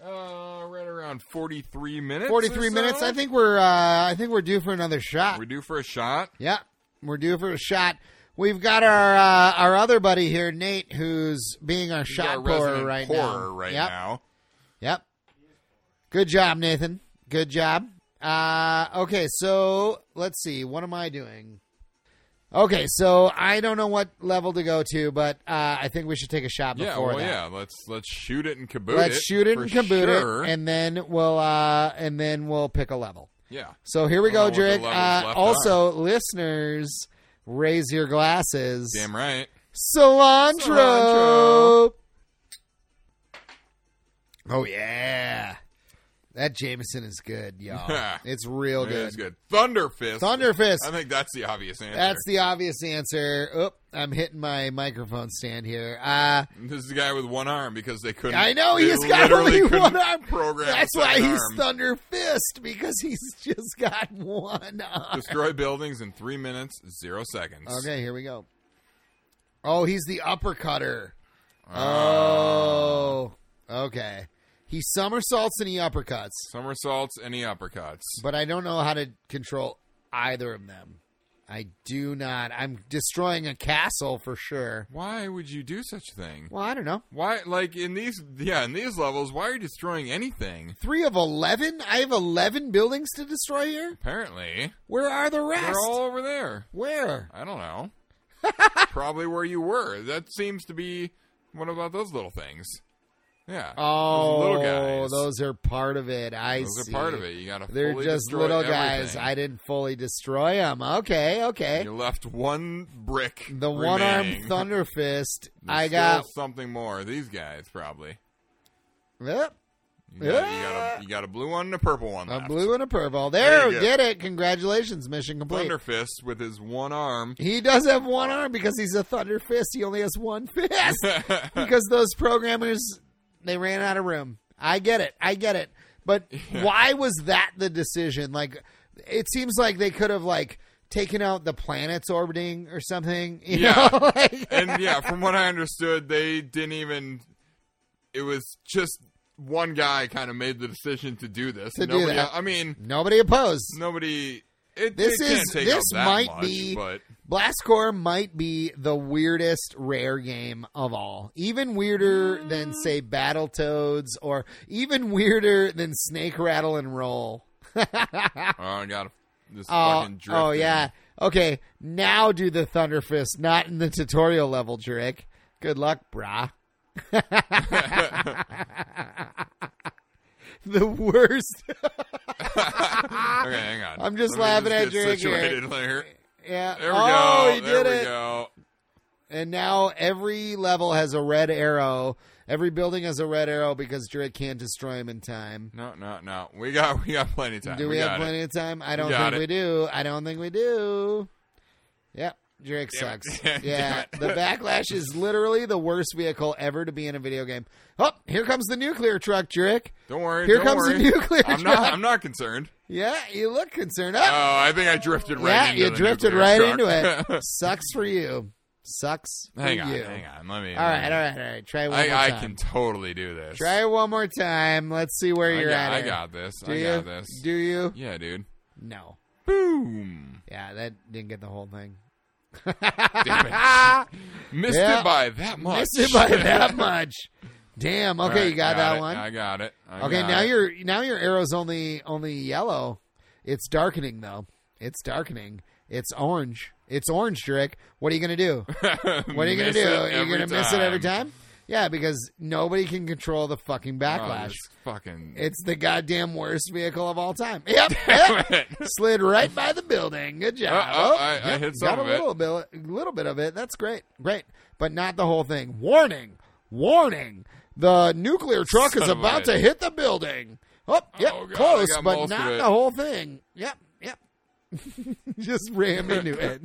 S2: Uh, right around forty-three minutes. or
S1: 43
S2: so?
S1: minutes. I think we're uh I think we're due for another shot.
S2: we're due for a shot.
S1: Yeah, we're due for a shot. We've got our uh, our other buddy here, Nate, who's being our
S2: He's our
S1: shot pourer
S2: resident
S1: right
S2: pourer
S1: now.
S2: right
S1: yep.
S2: now.
S1: Yep. Good job, Nathan. Good job. Uh, okay, so let's see. What am I doing? Okay, so I don't know what level to go to, but uh, I think we should take a shot
S2: Yeah,
S1: before
S2: well,
S1: that.
S2: yeah. Let's let's shoot it and kaboot it.
S1: Let's shoot it
S2: for
S1: and kaboot
S2: sure.
S1: it, and then we'll uh, and then we'll pick a level.
S2: yeah,
S1: So here we
S2: Don't know
S1: go,
S2: what the
S1: Drake.
S2: levels
S1: Uh,
S2: left
S1: also, listeners, raise your glasses.
S2: damn right.
S1: Cilantro.
S2: Cilantro.
S1: Oh yeah. That Jameson is good, y'all. it's real
S2: It
S1: good.
S2: is good. Thunder fist.
S1: Thunder Fist.
S2: I think that's the obvious answer.
S1: That's the obvious answer. Oop, I'm hitting my microphone stand here. Uh,
S2: This is the guy with one arm because they couldn't.
S1: I know
S2: they
S1: he's got
S2: literally
S1: only one
S2: couldn't
S1: arm.
S2: Program
S1: That's
S2: a
S1: why
S2: second
S1: he's
S2: arm.
S1: Thunder Fist because he's just got one arm.
S2: Destroy buildings in three minutes, zero seconds.
S1: Okay, here we go. Oh, he's the uppercutter.
S2: Ah. Uh,
S1: Oh, okay. He somersaults and he uppercuts,
S2: Somersaults, any uppercuts.
S1: but I don't know how to control either of them. I do not. I'm destroying a castle for sure.
S2: Why would you do such a thing?
S1: Well, I don't know.
S2: Why, like in these, yeah, in these levels, why are you destroying anything?
S1: Three of eleven. I have eleven buildings to destroy here.
S2: Apparently,
S1: Where are the rest?
S2: they're all over there.
S1: Where?
S2: I don't know. Probably where you were. That seems to be. What about those little things? Yeah.
S1: Oh,
S2: those little guys.
S1: those are part of it. I
S2: Those
S1: see.
S2: are part of it. You got to.
S1: They're
S2: fully
S1: just
S2: destroy
S1: little guys.
S2: everything.
S1: I didn't fully destroy them. Okay, okay.
S2: You left one brick.
S1: the one armed
S2: remaining.
S1: thunder fist.
S2: There's
S1: I
S2: still
S1: got.
S2: something more. These guys probably.
S1: Yep,
S2: You got, you
S1: Yeah.
S2: got a you got a blue one and a purple one.
S1: a
S2: left.
S1: blue and a purple.
S2: There
S1: There,
S2: you go.
S1: did it. Congratulations, mission complete.
S2: Thunder Fist with his one arm.
S1: He does have one arm because he's a thunder fist. He only has one fist because those programmers they ran out of room. I get it. I get it. But why was that the decision? Like, it seems like they could have like taken out the planets orbiting or something. You
S2: Yeah.
S1: know? Like-
S2: and yeah, from what I understood, they didn't even. It was just one guy kind of made the decision to do this.
S1: To do
S2: nobody,
S1: that.
S2: I mean,
S1: nobody opposed.
S2: nobody. It,
S1: This
S2: it can't
S1: is-
S2: take
S1: this
S2: up that
S1: might
S2: much,
S1: be-
S2: but
S1: Blastcore might be the weirdest rare game of all. Even weirder than, say, Battletoads, or even weirder than Snake Rattle and Roll.
S2: oh, I got this
S1: Oh,
S2: fucking drift.
S1: oh yeah. Okay, now do the Thunder Fist, not in the tutorial level, Drake. Good luck, brah. the worst.
S2: Okay, hang on.
S1: I'm just
S2: Let me
S1: laughing at
S2: get
S1: Drake here.
S2: situated later.
S1: Yeah.
S2: There we
S1: oh,
S2: go.
S1: he
S2: there
S1: did
S2: we
S1: it.
S2: go.
S1: And now every level has a red arrow. Every building has a red arrow because Drake can't destroy him in time.
S2: No, no, no. We got we got plenty of time.
S1: Do we, have
S2: got it.
S1: plenty of time? I don't
S2: got
S1: think we
S2: it.
S1: do. I don't think we do. Yep. Drake
S2: Damn it.
S1: sucks.
S2: Damn
S1: yeah.
S2: it.
S1: The backlash is literally the worst vehicle ever to be in a video game. Oh, here comes the nuclear truck, Drake.
S2: Don't worry.
S1: Here
S2: don't
S1: comes the
S2: worry.
S1: nuclear
S2: I'm
S1: truck.
S2: not. I'm not concerned.
S1: Yeah, you look concerned.
S2: Oh,
S1: Oh,
S2: I think I drifted right.
S1: yeah,
S2: into
S1: you
S2: the
S1: drifted
S2: nuclear
S1: right
S2: truck.
S1: into it. sucks for you. Sucks for
S2: hang
S1: you.
S2: on. Hang on. Let me.
S1: All right, all right, all right. Try one more
S2: I, I
S1: time.
S2: can totally do this.
S1: Try it one more time. Let's see where
S2: I
S1: you're
S2: got,
S1: at.
S2: I
S1: here.
S2: got this.
S1: Do
S2: I
S1: you?
S2: got this.
S1: Do you?
S2: yeah, dude.
S1: No.
S2: Boom.
S1: Yeah, that didn't get the whole thing.
S2: Damn it. Missed
S1: Yeah.
S2: it by that much.
S1: Missed it by that much. Damn.
S2: Oh, All
S1: Okay,
S2: right,
S1: you got, that
S2: it.
S1: one.
S2: I got it. I
S1: okay,
S2: got
S1: now
S2: it.
S1: your now your arrow's only only yellow. It's darkening though. It's darkening. It's orange. It's orange, Drake. What are you gonna do? What are you gonna
S2: Miss
S1: do?
S2: it
S1: Are you
S2: every
S1: gonna miss it every time? Yeah, because nobody can control the fucking
S2: Oh,
S1: backlash.
S2: this fucking.
S1: It's the goddamn worst vehicle of all time. Yep. yep. Slid right by the building. Good job.
S2: Uh, uh, I- I hit some
S1: Got a
S2: of it.
S1: little bit, little bit of it. That's great. Great. But not the whole thing. Warning. Warning. The nuclear truck
S2: Son
S1: is
S2: of a
S1: about to
S2: bitch.
S1: hit the building. Oh, yep.
S2: Oh, God,
S1: close,
S2: I got
S1: but
S2: most of
S1: not
S2: it.
S1: the whole thing. Yep. Yep. Just ram into it.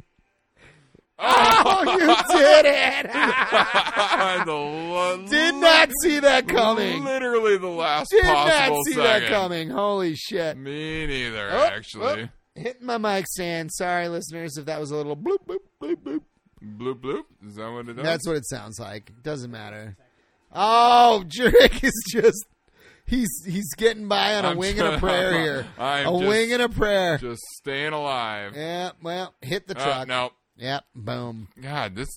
S1: oh, you did it.
S2: the lo-
S1: did not see that coming.
S2: Literally the last
S1: Did
S2: possible
S1: not see
S2: second.
S1: that coming. Holy shit.
S2: Me neither,
S1: Oh,
S2: actually.
S1: oh, hitting my mic stand. Sorry, listeners, if that was a little bloop, bloop, bloop, bloop.
S2: Bloop bloop. Is that what it does?
S1: That's what it sounds like. Doesn't matter. Oh, Drake is just. He's he's getting by on a
S2: I'm
S1: wing
S2: try-
S1: and a prayer here.
S2: I'm
S1: a
S2: just-
S1: wing and a prayer.
S2: Just staying alive.
S1: yeah, well, hit the
S2: Uh,
S1: truck.
S2: no.
S1: Yep, boom.
S2: God, this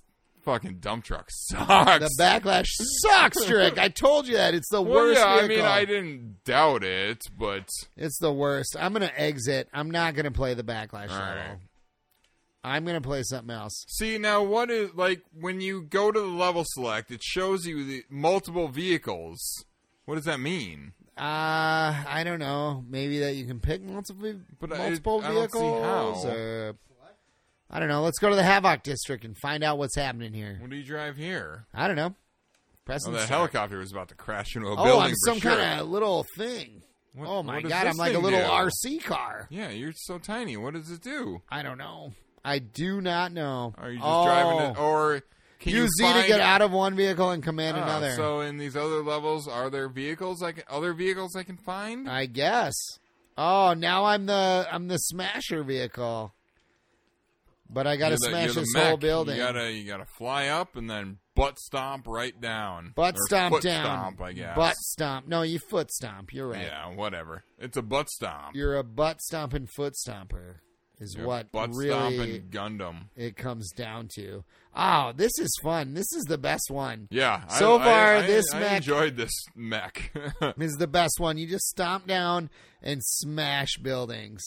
S2: fucking dump truck sucks.
S1: The backlash sucks, Drake. I told you that. It's the
S2: well,
S1: worst.
S2: yeah, I mean,
S1: vehicle.
S2: I didn't doubt it, but
S1: It's the worst. I'm gonna exit. I'm not gonna play the backlash
S2: All
S1: level.
S2: right.
S1: I'm gonna play something else.
S2: see now what is like when you go to the level select, it shows you the multiple vehicles. What does that mean?
S1: Uh, I don't know. Maybe that you can pick multiple
S2: But I-
S1: multiple
S2: I don't see
S1: vehicles.
S2: how.
S1: Or, I don't know. Let's go to the Havoc district and find out what's happening here.
S2: What do you drive here?
S1: I don't know. Press
S2: Oh,
S1: and
S2: that
S1: start.
S2: helicopter was about to crash into a
S1: Oh,
S2: building.
S1: I'm
S2: for
S1: some
S2: sure.
S1: kind of little thing.
S2: What-
S1: oh my
S2: what does
S1: god,
S2: this
S1: I'm like a
S2: thing
S1: little
S2: do?
S1: RC car.
S2: Yeah, you're so tiny. What does it do?
S1: I don't know. I do not know.
S2: Are you just driving it, or can you
S1: Use Z Oh. to
S2: find-
S1: get out of one vehicle and command
S2: Oh,
S1: another.
S2: So in these other levels, are there vehicles I can, other vehicles I can find?
S1: I guess. Oh, now I'm the I'm the smasher vehicle. But I got to
S2: You're the-
S1: smash
S2: you're the
S1: this
S2: mech.
S1: whole building.
S2: You gotta you gotta fly up and then butt stomp right down.
S1: butt
S2: Or
S1: stomp
S2: foot
S1: down.
S2: Stomp, I guess.
S1: Butt stomp. No, you foot stomp. You're right.
S2: Yeah, whatever. It's a butt stomp.
S1: You're a butt stomping foot stomper. Is
S2: You're a
S1: what
S2: butt
S1: really
S2: stomping Gundam?
S1: it comes down to. Oh, this is fun. This is the best one.
S2: Yeah. I-
S1: So
S2: I,
S1: far,
S2: I-
S1: this
S2: I
S1: mech-
S2: enjoyed this mech.
S1: This is the best one. You just stomp down and smash buildings.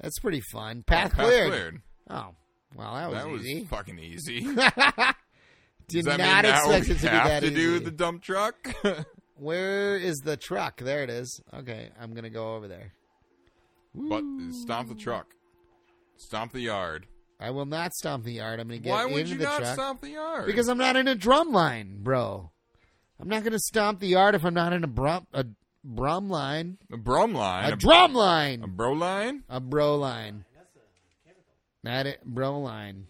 S1: That's pretty fun. Path,
S2: Path
S1: cleared.
S2: cleared.
S1: Oh, well, that was
S2: That was
S1: easy.
S2: fucking easy.
S1: Did
S2: Does that
S1: not
S2: mean now
S1: expect
S2: we
S1: it to be
S2: have
S1: that
S2: to
S1: easy.
S2: do the dump truck?
S1: Where is the truck? There it is. Okay, I'm gonna go over there.
S2: but stomp the truck. Stomp the yard.
S1: I will not stomp the yard. I'm gonna get
S2: Why
S1: into
S2: would you
S1: the
S2: not
S1: truck
S2: stomp the yard?
S1: because I'm not in a drum line, bro. I'm not gonna stomp the yard if I'm not in a brum a brum line,
S2: a brum line,
S1: a drum
S2: a
S1: line,
S2: bro line.
S1: a bro line. Not it, bro line.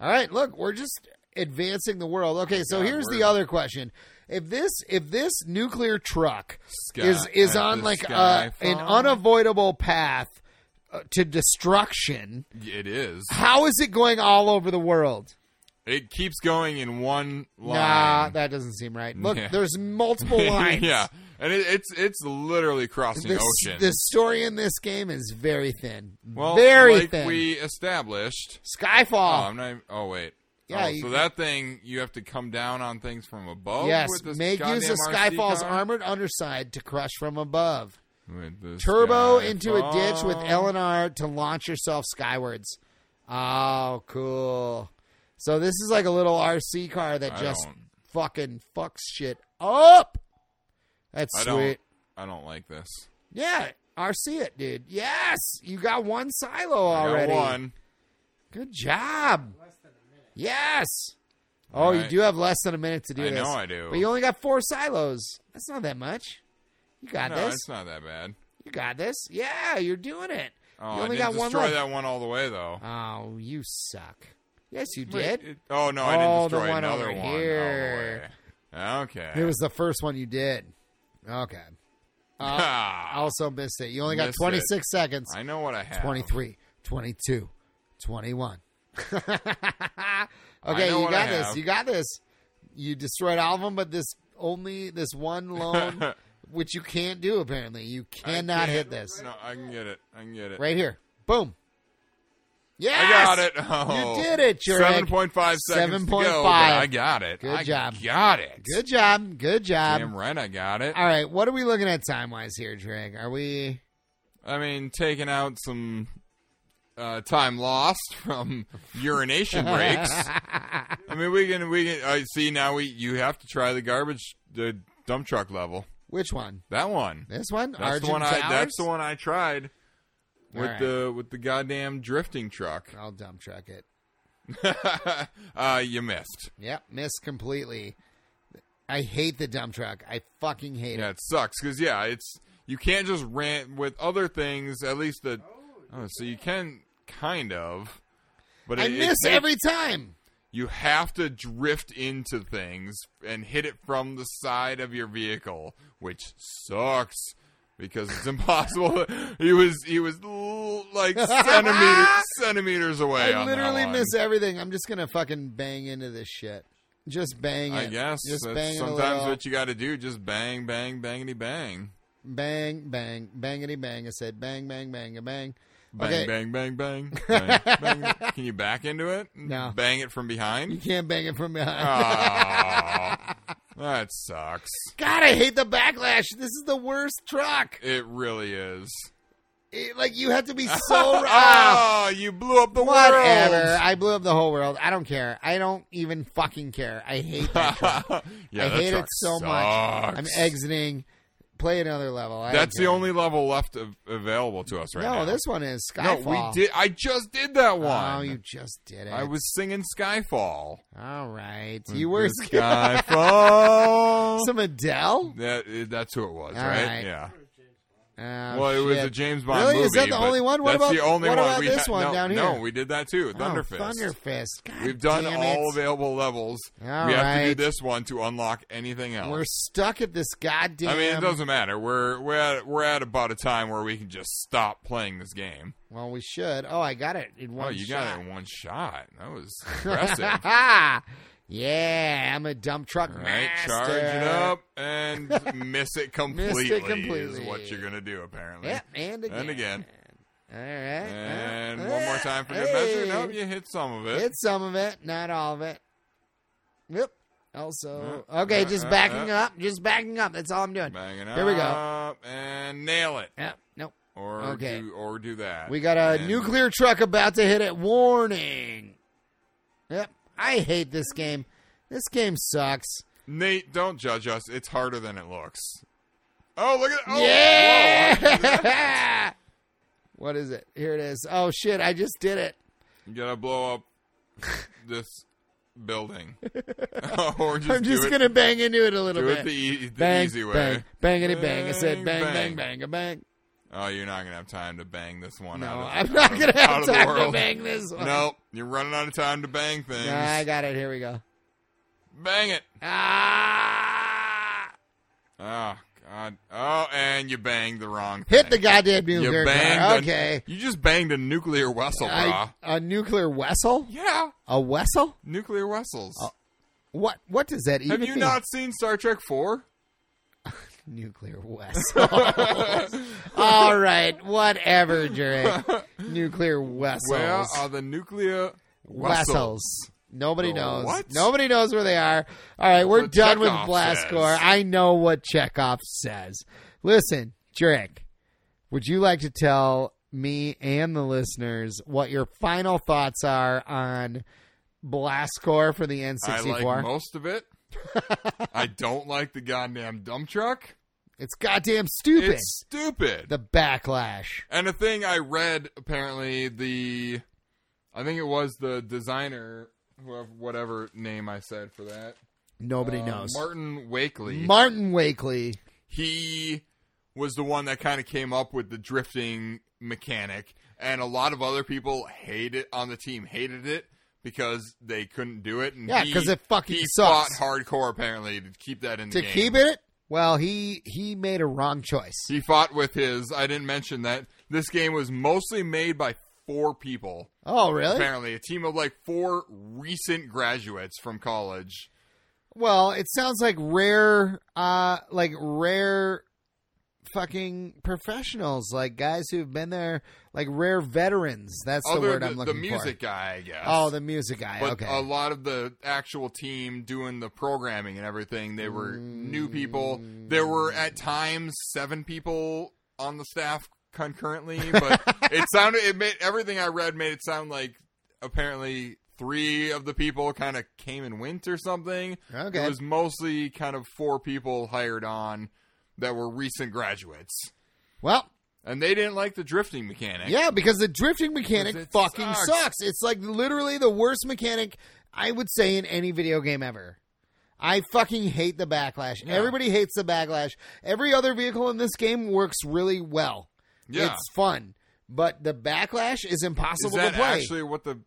S1: All right, look, we're just advancing the world. Okay, so
S2: God,
S1: here's the
S2: we're-
S1: other question: If this if this nuclear truck
S2: Sky-
S1: is is
S2: at
S1: on
S2: the
S1: like
S2: sky
S1: a, an
S2: fall.
S1: unavoidable path uh, to destruction,
S2: It is.
S1: how is it going all over the world?
S2: It keeps going in one line.
S1: Nah, that doesn't seem right. Look,
S2: Yeah.
S1: there's multiple lines.
S2: yeah, and it, it's it's literally crossing
S1: The,
S2: ocean.
S1: the story in this game is very thin.
S2: well,
S1: very
S2: like
S1: thin.
S2: we established. Oh,
S1: Skyfall.
S2: I'm not. even- Oh wait.
S1: Yeah,
S2: Oh,
S1: you-
S2: so that thing you have to come down on things from above.
S1: yes,
S2: with this
S1: make use of
S2: goddamn RC
S1: Skyfall's
S2: car?
S1: armored underside to crush from above.
S2: With the
S1: Turbo into a ditch with
S2: Skyfall.
S1: L and R to launch yourself skywards. Oh, cool. So this is like a little RC car that
S2: I
S1: just
S2: don't-
S1: fucking fucks shit up. That's
S2: I don't.
S1: sweet.
S2: I don't like this.
S1: Yeah, RC it, dude. Yes, you got one silo
S2: I got
S1: already.
S2: one.
S1: Good job. Yes. Oh, you
S2: Right.
S1: do have less than a minute to do
S2: I
S1: this.
S2: know I do.
S1: But you only got four silos. That's not that much. You got
S2: No,
S1: this.
S2: it's not that bad.
S1: You got this. Yeah, you're doing it.
S2: Oh,
S1: you
S2: I
S1: only
S2: didn't
S1: got one
S2: destroy
S1: left.
S2: that one all the way though.
S1: Oh, you suck. Yes, you
S2: Wait,
S1: did.
S2: it- oh no, I didn't
S1: Oh, the
S2: destroy
S1: one
S2: another
S1: over
S2: one. all the
S1: here.
S2: way. Okay.
S1: It was the first one you did. Okay.
S2: Ah,
S1: Also missed it. You only got
S2: Missed
S1: 26 seconds.
S2: I know what I have.
S1: 23, 22, 21. okay,
S2: know
S1: you
S2: what
S1: got
S2: I
S1: this.
S2: have.
S1: You got this. You destroyed all of them, but this only this one loan, which you can't do apparently. You
S2: I
S1: cannot
S2: can't-
S1: hit this.
S2: No, I can get it. I can get it.
S1: Right here. Boom. Yes!
S2: I got it. Oh,
S1: You did it, Jurek.
S2: Seven point five seconds to go.
S1: 7.5.
S2: but I got it.
S1: Good
S2: I
S1: job.
S2: Got it.
S1: Good job. Good job.
S2: Damn right, I got it.
S1: All right, what are we looking at time wise here, Drake? Are we
S2: I mean, taking out some uh, time lost from urination breaks. I mean, we can we can. I see now. We you have to try the garbage the dump truck level.
S1: which one?
S2: That one.
S1: This one?
S2: That's the
S1: Argent
S2: one. I, that's
S1: Towers?
S2: the one I tried with
S1: Alright.
S2: the with the goddamn drifting truck.
S1: I'll dump truck it.
S2: uh, you missed.
S1: Yep, missed completely. I hate the dump truck. I fucking hate
S2: Yeah,
S1: it.
S2: it sucks because yeah, it's you can't just rant with other things. At least the oh, so you can kind of, but
S1: I
S2: it, it
S1: miss
S2: takes-
S1: every time.
S2: You have to drift into things and hit it from the side of your vehicle, which sucks because it's impossible. he was he was l- like centimeters centimeters away.
S1: I
S2: on that
S1: literally
S2: one.
S1: miss everything. I'm just gonna fucking bang into this shit. Just bang it.
S2: I guess
S1: Just
S2: that's
S1: bang it a
S2: sometimes
S1: little.
S2: what you got to do just bang, bang, bangity, bang,
S1: Bang, bang, bangity bang. I said bang, bang, bang, a bang.
S2: bang,
S1: okay.
S2: bang, bang, bang, bang, bang. Can you back into it?
S1: No.
S2: Bang it from
S1: You
S2: behind.
S1: can't bang it from behind.
S2: Ah. Aw, that sucks.
S1: God, I hate the backlash. This is the worst truck.
S2: It really is.
S1: It- like you have to be so raw.
S2: Oh, you blew up the
S1: Whatever. I blew up the whole world. I don't care. I don't even fucking care. I hate that truck.
S2: world. yeah,
S1: I
S2: that
S1: hate it
S2: truck
S1: so much.
S2: sucks.
S1: I'm exiting. Play another level. I
S2: That's
S1: don't
S2: the
S1: care.
S2: only level left av- available to us right
S1: no,
S2: now.
S1: this one is
S2: no,
S1: Skyfall.
S2: we did. I just did that one.
S1: Oh, you just did it.
S2: I was singing Skyfall.
S1: All right. You were
S2: Skyfall.
S1: some Adele.
S2: That that's who it was,
S1: All
S2: right?
S1: right.
S2: Yeah.
S1: Oh,
S2: well, it was
S1: shit.
S2: a James Bond
S1: Really?
S2: movie.
S1: Is that the
S2: but
S1: only one? What
S2: that's
S1: about-
S2: the only
S1: what
S2: one
S1: about
S2: we
S1: this
S2: ha-
S1: one
S2: no,
S1: down
S2: No,
S1: here?
S2: we did that too.
S1: Oh,
S2: Thunderfist.
S1: Thunderfist. God
S2: We've done
S1: damn it.
S2: all available levels.
S1: All
S2: we have to
S1: right.
S2: do this one to unlock anything else.
S1: We're stuck at this goddamn.
S2: I mean, it doesn't matter. We're we're at, we're at about a time where we can just stop playing this game.
S1: Well, we should. Oh, I got it in one
S2: oh, you
S1: shot.
S2: got it in one shot. That was impressive.
S1: yeah, I'm a dump truck
S2: All right,
S1: master.
S2: charge it up and miss it completely. Is
S1: completely.
S2: what you're gonna do apparently.
S1: Yep, and again.
S2: And again.
S1: All right.
S2: And
S1: Uh,
S2: one more
S1: uh,
S2: time for good
S1: hey.
S2: measure. Nope, you hit some of it.
S1: Hit some of it, not all of it. Yep. Also,
S2: Uh,
S1: okay,
S2: uh,
S1: just
S2: uh,
S1: backing
S2: uh.
S1: up. Just backing up. That's all I'm doing.
S2: Banging up.
S1: Here we go.
S2: And nail it.
S1: Yep. Nope.
S2: Or
S1: Okay.
S2: do or do that.
S1: We got a
S2: And-
S1: nuclear truck about to hit it. Warning. Yep. I hate this game. This game sucks.
S2: Nate, don't judge us. It's harder than it looks. Oh, look at oh, whoa.
S1: yeah. what is it? Here it is. Oh shit! I just did it.
S2: You gotta blow up this building. or just
S1: I'm just
S2: do it,
S1: gonna bang into it a little
S2: do
S1: bit.
S2: it the, e- the
S1: bang,
S2: easy way.
S1: bang, bangity bang. I said bang, bang,
S2: Bang, bang.
S1: bang, a bang.
S2: Oh, you're not gonna have time to bang this one
S1: No,
S2: out. of-
S1: I'm not
S2: out
S1: gonna
S2: of- out
S1: have
S2: of the
S1: time to
S2: world.
S1: bang this one.
S2: Nope, you're running out of time to bang things.
S1: Nah, I got it. Here we go.
S2: bang it.
S1: Ah!
S2: Oh God. Oh, and you banged the wrong.
S1: Hit
S2: thing.
S1: the goddamn
S2: You
S1: nuclear car.
S2: banged. a-
S1: Okay.
S2: you just banged a nuclear vessel, brah.
S1: I, a nuclear vessel?
S2: Yeah,
S1: A vessel?
S2: nuclear vessels.
S1: What? What does that Oh, even
S2: have you
S1: mean?
S2: not seen Star Trek Four?
S1: nuclear vessel? All right, whatever, Drake. Nuclear vessels.
S2: Where are the nuclear
S1: Wessels. Nobody
S2: The
S1: knows.
S2: what?
S1: Nobody knows where they are. All right, we're
S2: What
S1: done with
S2: Chekhov
S1: Blastcore.
S2: says.
S1: I know what Chekhov says. Listen, Drake, would you like to tell me and the listeners what your final thoughts are on Blastcore for the
S2: I
S1: N64?
S2: like most of it. I don't like the goddamn dump truck.
S1: it's goddamn stupid.
S2: It's stupid.
S1: the backlash.
S2: And a thing I read apparently the, I think it was the designer, whoever, whatever name I said for that.
S1: Nobody
S2: uh,
S1: knows.
S2: Martin Wakely.
S1: Martin Wakely.
S2: he was the one that kind of came up with the drifting mechanic, and a lot of other people hated on the team hated it because they couldn't do it. And
S1: Yeah,
S2: he-
S1: 'cause it fucking
S2: he
S1: sucks.
S2: fought hardcore apparently to keep that in the
S1: To
S2: game.
S1: keep it, well, he he made a wrong choice.
S2: He fought with his. I didn't mention that this game was mostly made by four people.
S1: oh, really?
S2: Apparently, a team of like four recent graduates from college.
S1: Well, it sounds like rare, uh, like rare fucking professionals, like guys who've been there, like rare veterans. That's the
S2: Other
S1: word
S2: than
S1: I'm
S2: the,
S1: looking
S2: music
S1: for.
S2: guy, I guess.
S1: Oh, the music guy.
S2: but
S1: okay.
S2: a lot of the actual team doing the programming and everything, they were new people. There were at times seven people on the staff concurrently, but it sounded it made everything I read made it sound like apparently three of the people kind of came and went or something.
S1: Okay.
S2: uh, It was mostly kind of four people hired on that were recent graduates.
S1: well,
S2: And they didn't like the drifting mechanic.
S1: yeah, because the drifting mechanic
S2: 'Cause it
S1: fucking sucks.
S2: sucks.
S1: It's like literally the worst mechanic I would say in any video game ever. I fucking hate the backlash.
S2: Yeah.
S1: Everybody hates the backlash. Every other vehicle in this game works really well.
S2: Yeah.
S1: It's fun. But the backlash is
S2: Is
S1: impossible
S2: that
S1: to play.
S2: actually what the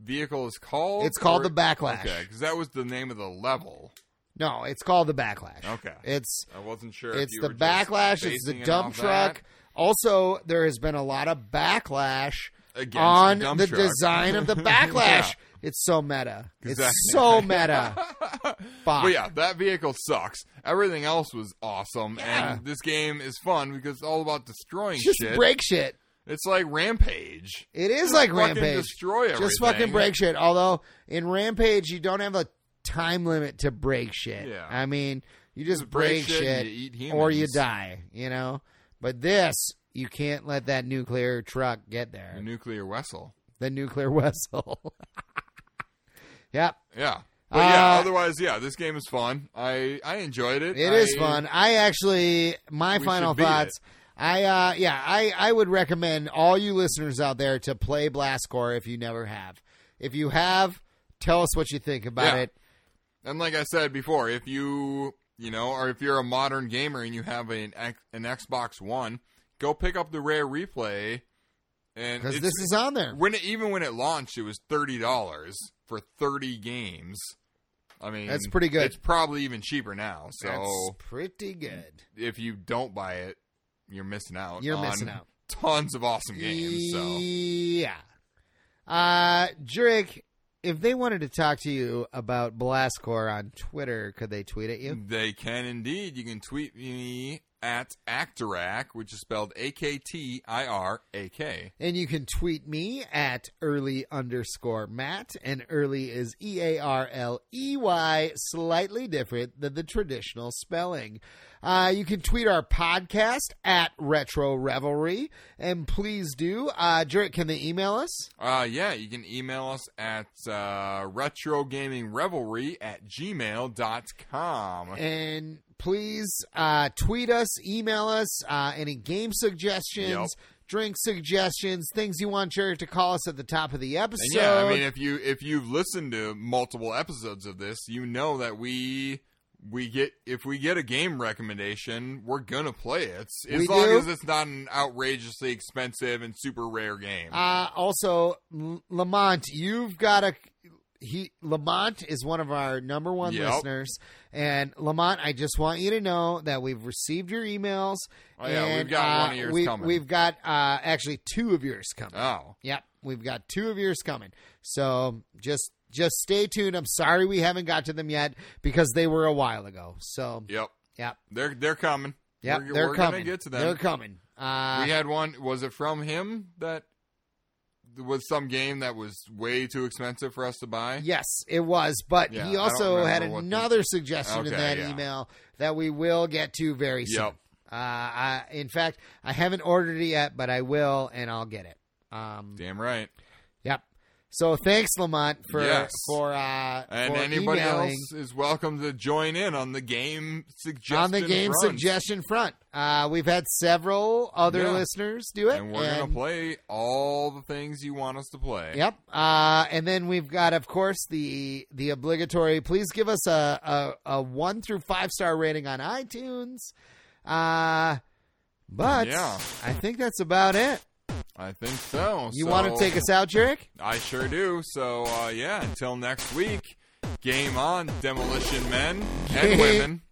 S2: vehicle is called?
S1: It's called
S2: Or-
S1: the Backlash.
S2: Okay, because that was the name of the level.
S1: No, it's called the backlash.
S2: Okay.
S1: It's
S2: I wasn't sure. if
S1: it's
S2: you
S1: the
S2: were just
S1: backlash. It's
S2: basing
S1: the
S2: it
S1: dump
S2: off
S1: truck.
S2: that.
S1: Also, there has been a lot of backlash
S2: Against
S1: on
S2: the dump
S1: the
S2: truck.
S1: design of the backlash. It's so meta.
S2: Exactly.
S1: It's so meta. Fuck.
S2: But yeah, that vehicle sucks. Everything else was awesome,
S1: Yeah.
S2: and this game is fun because it's all about destroying
S1: Just
S2: shit.
S1: break shit.
S2: It's like Rampage.
S1: It is
S2: Just
S1: like
S2: fucking
S1: Rampage.
S2: destroy
S1: Just
S2: everything.
S1: fucking break shit. Although in Rampage you don't have a time limit to break shit.
S2: Yeah.
S1: I mean, you just,
S2: Just
S1: break,
S2: break shit and you
S1: shit
S2: eat humans.
S1: or you die, you know? But this, you can't let that nuclear truck get there.
S2: A nuclear vessel.
S1: the nuclear vessel. yep.
S2: Yeah. But yeah,
S1: Uh,
S2: otherwise, yeah, this game is fun. I I enjoyed it.
S1: it
S2: I-
S1: is fun. I actually, my
S2: We
S1: final
S2: should beat
S1: thoughts.
S2: it.
S1: I uh, yeah, I I would recommend all you listeners out there to play Blastcore if you never have. If you have, tell us what you think about
S2: Yeah.
S1: it.
S2: And like I said before, if you you know, or if you're a modern gamer and you have an X- an Xbox One, go pick up the rare replay. And
S1: because
S2: it's-
S1: this is on there.
S2: when it, even when it launched, it was thirty dollars for thirty games. I mean,
S1: That's pretty good.
S2: It's probably even cheaper now. So
S1: That's pretty good.
S2: if you don't buy it, you're missing out.
S1: You're
S2: on
S1: missing out.
S2: Tons of awesome games. So
S1: Yeah. Uh, Jurek, if they wanted to talk to you about Blastcore on Twitter, could they tweet at you?
S2: they can indeed. You can tweet me at Actorac, which is spelled A K T I R A K.
S1: And you can tweet me at early underscore Matt, and early is E A R L E Y, slightly different than the traditional spelling. Uh, you can tweet our podcast at Retro Revelry, and please do. Uh, Jurek, can they email us?
S2: Uh, yeah, you can email us at uh, retrogamingrevelry at gmail.com.
S1: and please uh, tweet us, email us uh, any game suggestions, drink suggestions, things you want Jared to call us at the top of the episode.
S2: And yeah, I mean, if you if you've listened to multiple episodes of this, you know that we we get if we get a game recommendation, we're gonna play it as
S1: We
S2: long
S1: do.
S2: as it's not an outrageously expensive and super rare game.
S1: uh, also, L- Lamont, you've got a. He Lamont is one of our number one
S2: Yep.
S1: listeners, and Lamont, I just want you to know that we've received your emails.
S2: Oh, yeah, we've
S1: and,
S2: got one
S1: uh,
S2: of yours
S1: we,
S2: coming.
S1: We've got uh, actually two of yours coming.
S2: oh,
S1: Yep, we've got two of yours coming. So just just stay tuned. I'm sorry we haven't got to them yet because they were a while ago. So
S2: yep,
S1: yep,
S2: they're they're coming.
S1: yep,
S2: we're,
S1: they're
S2: we're
S1: coming.
S2: gonna get to them.
S1: They're coming. Uh,
S2: we had one. Was it from him that was some game that was way too expensive for us to buy?
S1: yes, it was, but
S2: Yeah, I
S1: he
S2: don't
S1: also had
S2: remember what the-
S1: another suggestion in
S2: Okay,
S1: that
S2: yeah.
S1: email that we will get to very soon.
S2: Yep.
S1: Uh, I, in fact, I haven't ordered it yet, but I will, and I'll get it. Um,
S2: Damn right.
S1: yep. So thanks, Lamont, for
S2: Yes.
S1: for uh,
S2: And
S1: for
S2: anybody
S1: emailing.
S2: else is welcome to join in on the game suggestion.
S1: on the game
S2: front.
S1: suggestion front. Uh, we've had several other
S2: Yeah.
S1: listeners do it,
S2: and we're gonna play all the things you want us to play.
S1: Yep. Uh, and then we've got, of course, the the obligatory. Please give us a a, a one through five star rating on iTunes. Uh, but
S2: Yeah.
S1: I think that's about it.
S2: I think so.
S1: You
S2: So,
S1: want to take us out, Jerick?
S2: I sure do. So uh, yeah, until next week. Game on, demolition men and women.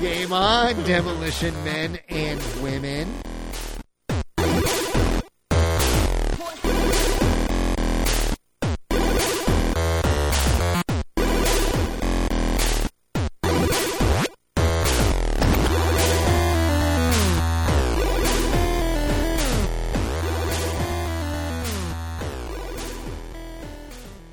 S1: Game on, demolition men and women.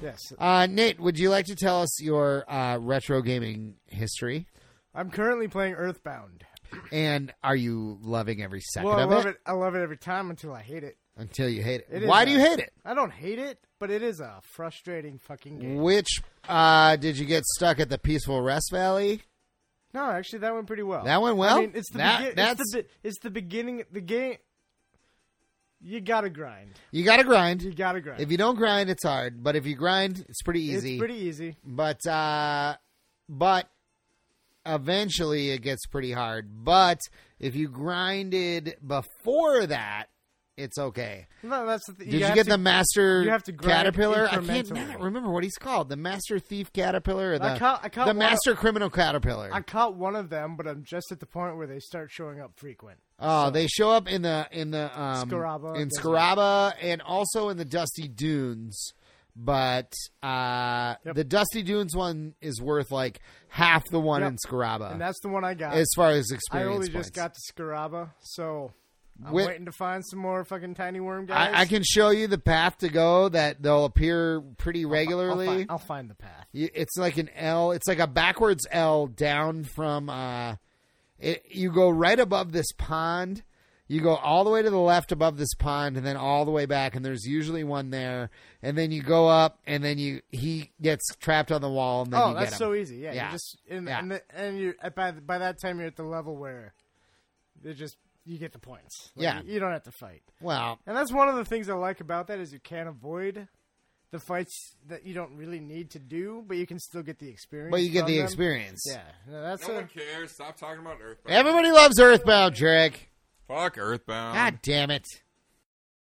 S4: Yes.
S1: Uh, Nate, would you like to tell us your uh, retro gaming history?
S4: I'm currently playing Earthbound.
S1: And are you loving every second
S4: Well, I
S1: of
S4: love it. I love it every time until I hate it.
S1: until you hate it.
S4: It is
S1: Why
S4: a-
S1: do you hate it?
S4: I don't hate it, but it is a frustrating fucking game.
S1: Which uh, did you get stuck at the Peaceful Rest Valley?
S4: No, actually, that went pretty well.
S1: That went well?
S4: I mean, it's the
S1: That-
S4: begin-
S1: that's-
S4: it's the, be- it's the beginning. The game. You gotta grind.
S1: You got to grind.
S4: You gotta grind.
S1: If you don't grind, it's hard. But if you grind, it's pretty easy.
S4: It's pretty easy.
S1: but uh, but eventually it gets pretty hard. But if you grinded before that, it's okay.
S4: No, that's the th-
S1: Did you,
S4: have
S1: get
S4: to-
S1: the master
S4: you have to grind
S1: caterpillar? I can't
S4: incrementally.
S1: not remember what he's called. The master thief caterpillar or the,
S4: I caught- I caught
S1: the
S4: one-
S1: master criminal caterpillar.
S4: I caught one of them, but I'm just at the point where they start showing up frequent.
S1: Oh, they show up in the in the um,
S4: Scaraba
S1: in
S4: Desert.
S1: Scaraba and also in the Dusty Dunes. But uh,
S4: Yep.
S1: the Dusty Dunes one is worth like half the one
S4: Yep.
S1: in Scaraba
S4: and that's the one I got.
S1: as far as
S4: I
S1: experience
S4: only
S1: points.
S4: just got to Scaraba, so I'm
S1: With-
S4: waiting to find some more fucking tiny worm guys.
S1: I, I can show you the path to go that they'll appear pretty
S4: I'll
S1: regularly.
S4: fi- I'll find the path.
S1: You- It's like an L. It's like a backwards L down from. Uh, it, you go right above this pond. You go all the way to the left above this pond, and then all the way back. And there's usually one there. And then you go up, and then you he gets trapped on the wall. And then
S4: Oh,
S1: you
S4: that's
S1: get him.
S4: so easy. Yeah,
S1: Yeah.
S4: You just and
S1: Yeah.
S4: and, the, and you by by that time you're at the level where they just you get the points. Like,
S1: Yeah.
S4: you, you don't have to fight,
S1: Well,
S4: and that's one of the things I like about that is you can avoid the fights that you don't really need to do, but you can still get the experience.
S1: but you get
S4: from
S1: the
S4: them.
S1: experience.
S4: Yeah, no, that's
S2: No
S4: a,
S2: one cares. Stop talking about Earthbound.
S1: Everybody loves Earthbound, Drake.
S2: Fuck Earthbound. Um,
S1: God damn it.